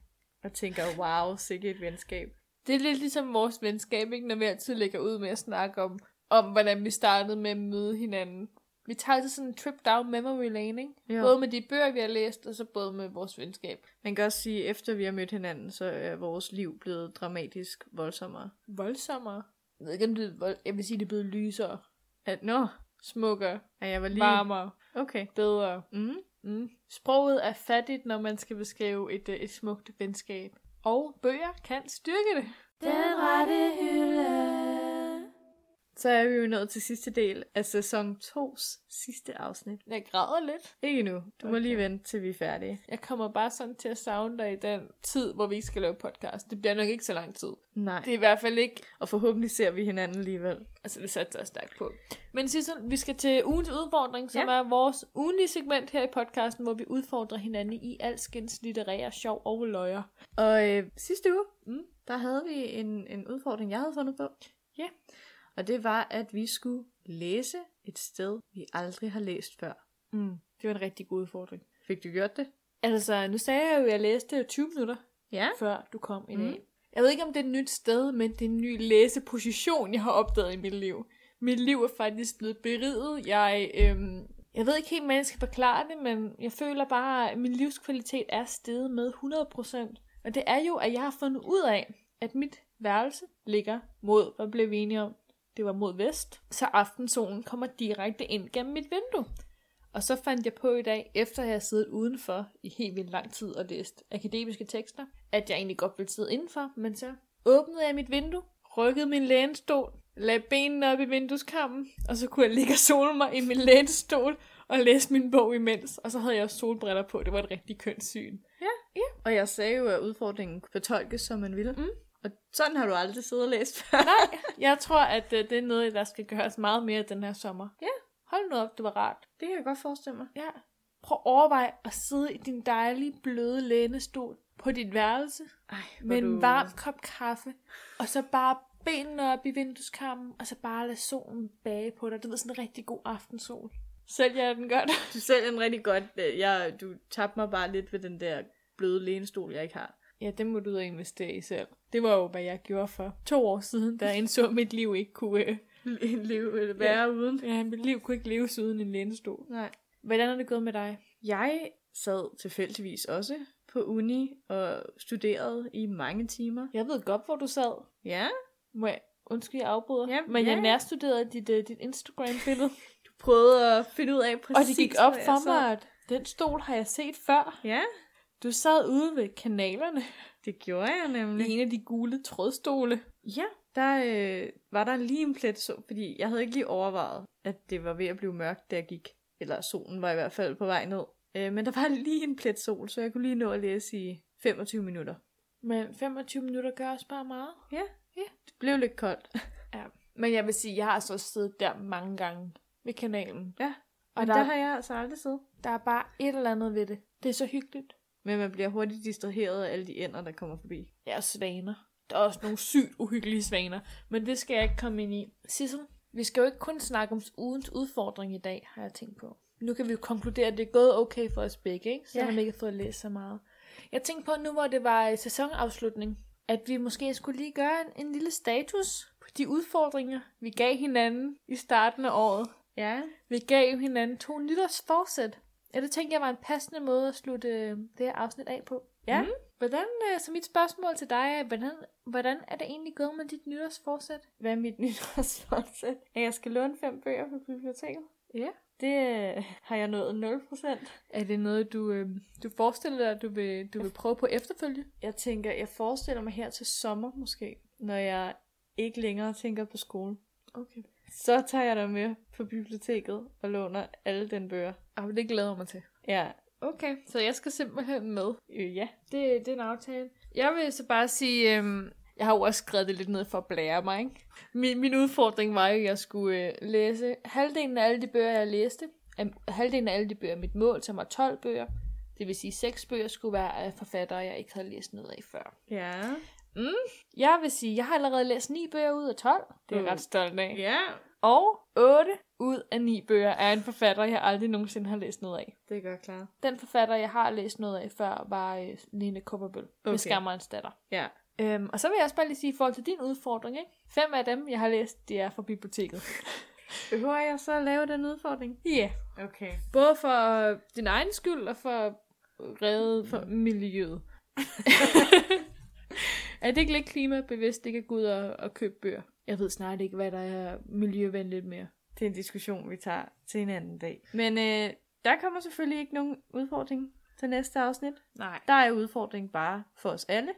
Speaker 1: Og tænker, wow, sikkert et venskab.
Speaker 2: Det er lidt ligesom vores venskab, ikke? Når vi altid lægger ud med at snakke om, om hvordan vi startede med at møde hinanden. Vi tager altid sådan en trip down memory lane, ikke?
Speaker 1: Jo.
Speaker 2: Både med de bøger, vi har læst, og så både med vores venskab.
Speaker 1: Man kan også sige, at efter vi har mødt hinanden, så er vores liv blevet dramatisk voldsommere.
Speaker 2: Voldsommere. Jeg ved ikke, om det er vold... Jeg vil sige, det er blevet lysere.
Speaker 1: At, nå, no,
Speaker 2: Smukkere.
Speaker 1: at jeg var lige...
Speaker 2: Varmere.
Speaker 1: Okay.
Speaker 2: Bedre.
Speaker 1: Mm.
Speaker 2: Mm. Sproget er fattigt, når man skal beskrive et, øh, et smukt venskab. Og bøger kan styrke det.
Speaker 1: Den rette hylde.
Speaker 2: Så
Speaker 1: så er vi jo nået til sidste del af sæson 2's sidste afsnit.
Speaker 2: Jeg græder lidt.
Speaker 1: Ikke nu. Du okay. må
Speaker 2: Okay.
Speaker 1: lige vente, til vi er færdige.
Speaker 2: Jeg kommer bare sådan til at savne dig i den tid, hvor vi ikke skal lave podcast. Det bliver nok ikke så lang tid.
Speaker 1: Nej.
Speaker 2: Det er i hvert fald ikke...
Speaker 1: Og forhåbentlig ser vi hinanden alligevel.
Speaker 2: Altså, det satser jeg stærkt på. Men Sissel, vi skal til ugens udfordring, som ja.
Speaker 1: Ja.
Speaker 2: er vores ugenlige segment her i podcasten, hvor vi udfordrer hinanden i alskens litterære sjov og løjer.
Speaker 1: Og øh, sidste uge,
Speaker 2: Mm.
Speaker 1: mm. der havde vi en, en udfordring, jeg havde fundet på.
Speaker 2: Ja.
Speaker 1: Og det var, at vi skulle læse et sted, vi aldrig har læst før.
Speaker 2: Mm. Det var en rigtig god udfordring.
Speaker 1: Fik du gjort det?
Speaker 2: Altså, nu sagde jeg jo, at jeg læste 20 minutter,
Speaker 1: Ja.
Speaker 2: før du kom i dag. Mm.
Speaker 1: Mm.
Speaker 2: Jeg ved ikke, om det er et nyt sted, men det er en ny læseposition, jeg har opdaget i mit liv. Mit liv er faktisk blevet beriget. Jeg, øhm, jeg ved ikke helt, hvordan jeg skal forklare det, men jeg føler bare, at min livskvalitet er steget med 100%. Og det er jo, at jeg har fundet ud af, at mit værelse ligger mod, hvad blev vi enige om? Det var mod vest, så aftensolen kommer direkte ind gennem mit vindue. Og så fandt jeg på i dag, efter jeg havde siddet udenfor i helt vildt lang tid og læst akademiske tekster, at jeg egentlig godt ville sidde indenfor, men så åbnede jeg mit vindue, rykkede min lænestol, lagde benene op i vindueskammen, og så kunne jeg ligge og sole mig i min lænestol og læse min bog imens. Og så havde jeg også solbriller på, det var et rigtig kønt syn.
Speaker 1: Og jeg sagde jo, at udfordringen kunne fortolkes, som man ville.
Speaker 2: Mm.
Speaker 1: Og sådan har du aldrig siddet og læst før.
Speaker 2: Nej, jeg tror, at øh, det er noget, der skal gøres meget mere den her sommer.
Speaker 1: Ja.
Speaker 2: Hold nu op, det var rart.
Speaker 1: Det kan jeg godt forestille mig.
Speaker 2: Ja. Prøv at overveje at sidde i din dejlige, bløde lænestol på dit værelse
Speaker 1: Ej,
Speaker 2: med en varm kop kaffe, og så bare benene op i vindueskammen, og så bare lade solen bage på dig. Det er sådan en rigtig god aftensol. Sælger jeg den godt?
Speaker 1: Du sælger den rigtig godt. Øh, Jeg, du tabte mig bare lidt ved den der bløde lænestol, jeg ikke har.
Speaker 2: Ja, den må du ud og investere i selv. Det var jo, hvad jeg gjorde for to år siden, da jeg indså, at mit liv ikke kunne... Øh,
Speaker 1: En liv ville være ja. uden.
Speaker 2: ja, mit liv kunne ikke leves uden en lænestol.
Speaker 1: Nej.
Speaker 2: Hvordan er det gået med dig?
Speaker 1: Jeg sad tilfældigvis også på uni og studerede i mange timer.
Speaker 2: Jeg ved godt, hvor du sad.
Speaker 1: Ja,
Speaker 2: Må jeg... Undskyld, jeg afbryder.
Speaker 1: Ja,
Speaker 2: men jeg
Speaker 1: ja.
Speaker 2: nærstuderede dit, øh, dit Instagram-billede.
Speaker 1: du prøvede at finde ud af præcis,
Speaker 2: og det gik op
Speaker 1: hvor jeg
Speaker 2: for
Speaker 1: sad.
Speaker 2: mig, at den stol har jeg set før.
Speaker 1: Ja,
Speaker 2: Du sad ude ved kanalerne.
Speaker 1: det gjorde jeg
Speaker 2: I
Speaker 1: nemlig.
Speaker 2: en af de gule trådstole.
Speaker 1: Ja, der øh, var der lige en plet, så, fordi jeg havde ikke lige overvejet, at det var ved at blive mørkt, da jeg gik. Eller solen var i hvert fald på vej ned. Øh, men der var lige en plet sol, så jeg kunne lige nå at læse i 25 minutter.
Speaker 2: Men 25 minutter gør også bare meget.
Speaker 1: Det blev lidt koldt.
Speaker 2: Ja. Men jeg vil sige, jeg har så også siddet der mange gange ved kanalen.
Speaker 1: Ja,
Speaker 2: Og
Speaker 1: men
Speaker 2: der,
Speaker 1: der
Speaker 2: der,
Speaker 1: har jeg altså aldrig siddet.
Speaker 2: der er bare et eller andet ved det. Det er så hyggeligt.
Speaker 1: Men man bliver hurtigt distraheret af alle de ender, der kommer forbi.
Speaker 2: Ja, og svaner. Der er også nogle sygt uhyggelige svaner. Men det skal jeg ikke komme ind i. Sissel, vi skal jo ikke kun snakke om ugens udfordring i dag, har jeg tænkt på. Nu kan vi jo konkludere, at det er gået okay for os begge, ikke? Selvom
Speaker 1: Ja.
Speaker 2: vi ikke har fået læst så meget. Jeg tænkte på nu, hvor det var øh, sæsonafslutning, at vi måske skulle lige gøre en, en lille status på de udfordringer, vi gav hinanden i starten af året.
Speaker 1: Ja.
Speaker 2: Vi gav hinanden to nytårsforsæt. Ja, det tænkte jeg var en passende måde at slutte øh, det her afsnit af på.
Speaker 1: Ja.
Speaker 2: Mm. Hvordan, øh, så mit spørgsmål til dig er, hvordan, hvordan er det egentlig gået med dit nytårsforsæt?
Speaker 1: Hvad er mit nytårsforsæt?
Speaker 2: At jeg skal låne fem bøger på biblioteket.
Speaker 1: Ja. Det øh, har jeg nået 0%.
Speaker 2: Er det noget, du, øh, du forestiller dig, at du vil, du vil prøve på efterfølge?
Speaker 1: Jeg tænker, jeg forestiller mig her til sommer måske, når jeg ikke længere tænker på skole.
Speaker 2: Okay.
Speaker 1: Så tager jeg dig med på biblioteket og låner alle den bøger.
Speaker 2: Ah, det glæder jeg mig til.
Speaker 1: Ja.
Speaker 2: Okay, så jeg skal simpelthen med.
Speaker 1: Øh, ja.
Speaker 2: Det, det er en aftale. Jeg vil så bare sige, øhm, jeg har jo også skrevet det lidt ned for at blære mig, ikke? Min, min udfordring var jo, at jeg skulle øh, læse halvdelen af alle de bøger, jeg læste. Øhm, halvdelen af alle de bøger, mit mål, som var 12 bøger. Det vil sige, at 6 bøger skulle være af forfattere, jeg ikke havde læst noget af før.
Speaker 1: Ja.
Speaker 2: Jeg vil sige, at jeg har allerede læst 9 bøger ud af 12. Det er jeg
Speaker 1: Mm.
Speaker 2: ret stolt af.
Speaker 1: Ja.
Speaker 2: Og 8 ud af 9 bøger er en forfatter, jeg aldrig nogensinde har læst noget af.
Speaker 1: Det gør klar.
Speaker 2: Den forfatter, jeg har læst noget af før, var øh, Lene Kupperbøl okay. med
Speaker 1: Okay.
Speaker 2: Skammerens datter.
Speaker 1: Ja.
Speaker 2: Øhm, og så vil jeg også bare lige sige, i forhold til din udfordring, ikke? fem af dem, jeg har læst, det er fra biblioteket.
Speaker 1: Behøver jeg så at lave den udfordring?
Speaker 2: Ja. yeah.
Speaker 1: Okay.
Speaker 2: Både for øh, din egen skyld og for at redde for miljøet. er det ikke lidt klimabevidst, ikke at gå ud og, og købe bøger? Jeg ved snart ikke, hvad der er miljøvenligt mere.
Speaker 1: Det er en diskussion, vi tager til en anden dag. Men øh, der kommer selvfølgelig ikke nogen udfordring til næste afsnit.
Speaker 2: Nej.
Speaker 1: Der er udfordringen bare for os alle.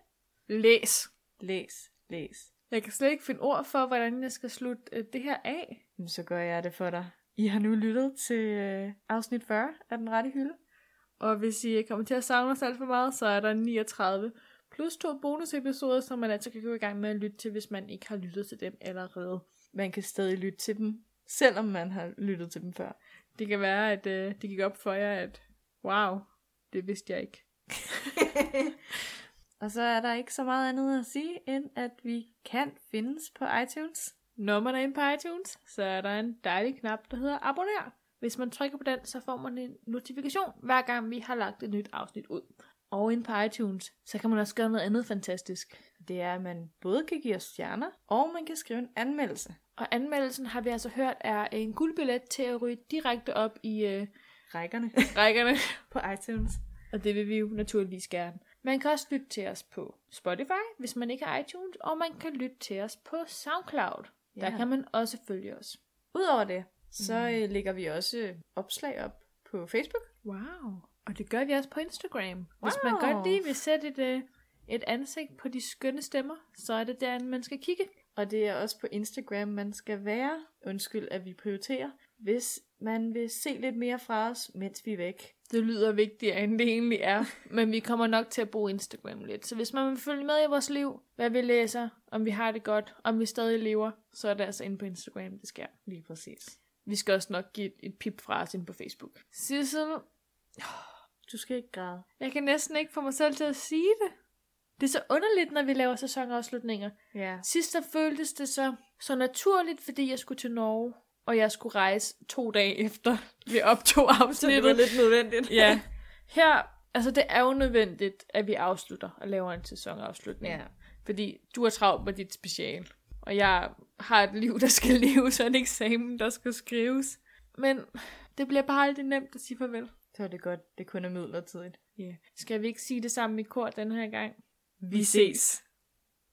Speaker 2: Læs.
Speaker 1: Læs, læs,
Speaker 2: Jeg kan slet ikke finde ord for, hvordan jeg skal slutte øh, det her af.
Speaker 1: Jamen, så gør jeg det for dig. I har nu lyttet til øh, afsnit 40 af Den Rette Hylde.
Speaker 2: Og hvis I kommer til at savne os alt for meget, så er der 39 plus to bonusepisoder, som man altså kan gå i gang med at lytte til, hvis man ikke har lyttet til dem allerede.
Speaker 1: Man kan stadig lytte til dem, selvom man har lyttet til dem før.
Speaker 2: Det kan være, at øh, det gik op for jer, at wow, det vidste jeg ikke.
Speaker 1: Og så er der ikke så meget andet at sige, end at vi kan findes på iTunes.
Speaker 2: Når man er inde på iTunes, så er der en dejlig knap, der hedder abonner. Hvis man trykker på den, så får man en notifikation, hver gang vi har lagt et nyt afsnit ud. Og inde på iTunes, så kan man også gøre noget andet fantastisk.
Speaker 1: Det er, at man både kan give os stjerner, og man kan skrive en anmeldelse.
Speaker 2: Og anmeldelsen har vi altså hørt er en guldbillet til at ryge direkte op i øh,
Speaker 1: Rækkerne
Speaker 2: rækkerne.
Speaker 1: på iTunes.
Speaker 2: Og det vil vi jo naturligvis gerne. Man kan også lytte til os på Spotify, hvis man ikke har iTunes, og man kan lytte til os på SoundCloud. Ja. Der
Speaker 1: Ja.
Speaker 2: kan man også følge os.
Speaker 1: Udover det, så øh, lægger vi også øh, opslag op på Facebook.
Speaker 2: Wow. Og det gør vi også på Instagram. Hvis man
Speaker 1: Wow.
Speaker 2: godt lige vil sætte et, øh, et ansigt på de skønne stemmer, så er det derinde, man skal kigge.
Speaker 1: Og det er også på Instagram, man skal være. Undskyld, at vi prioriterer. Hvis man vil se lidt mere fra os, mens vi er væk.
Speaker 2: Det lyder vigtigere, end det egentlig er. Men vi kommer nok til at bruge Instagram lidt. Så hvis man vil følge med i vores liv, hvad vi læser, om vi har det godt, om vi stadig lever, så er det altså inde på Instagram, det sker.
Speaker 1: Lige præcis.
Speaker 2: Vi skal også nok give et, et pip fra os ind på Facebook. Sissel,
Speaker 1: Du skal ikke græde.
Speaker 2: jeg kan næsten ikke få mig selv til at sige det. Det er så underligt, når vi laver sæsonafslutninger.
Speaker 1: Ja.
Speaker 2: Sidst der føltes det så, så naturligt, fordi jeg skulle til Norge, og jeg skulle rejse to dage efter, vi optog afsnittet.
Speaker 1: lidt nødvendigt.
Speaker 2: ja. Her, altså det er jo nødvendigt, at vi afslutter og laver en sæsonafslutning.
Speaker 1: Ja.
Speaker 2: Fordi du har travlt med dit special, og jeg har et liv, der skal leves, og en eksamen, der skal skrives. Men det bliver bare aldrig nemt at sige farvel.
Speaker 1: Så er det godt, det kun er midlertidigt.
Speaker 2: Yeah. Skal vi ikke sige det samme i kor den her gang?
Speaker 1: Vi ses.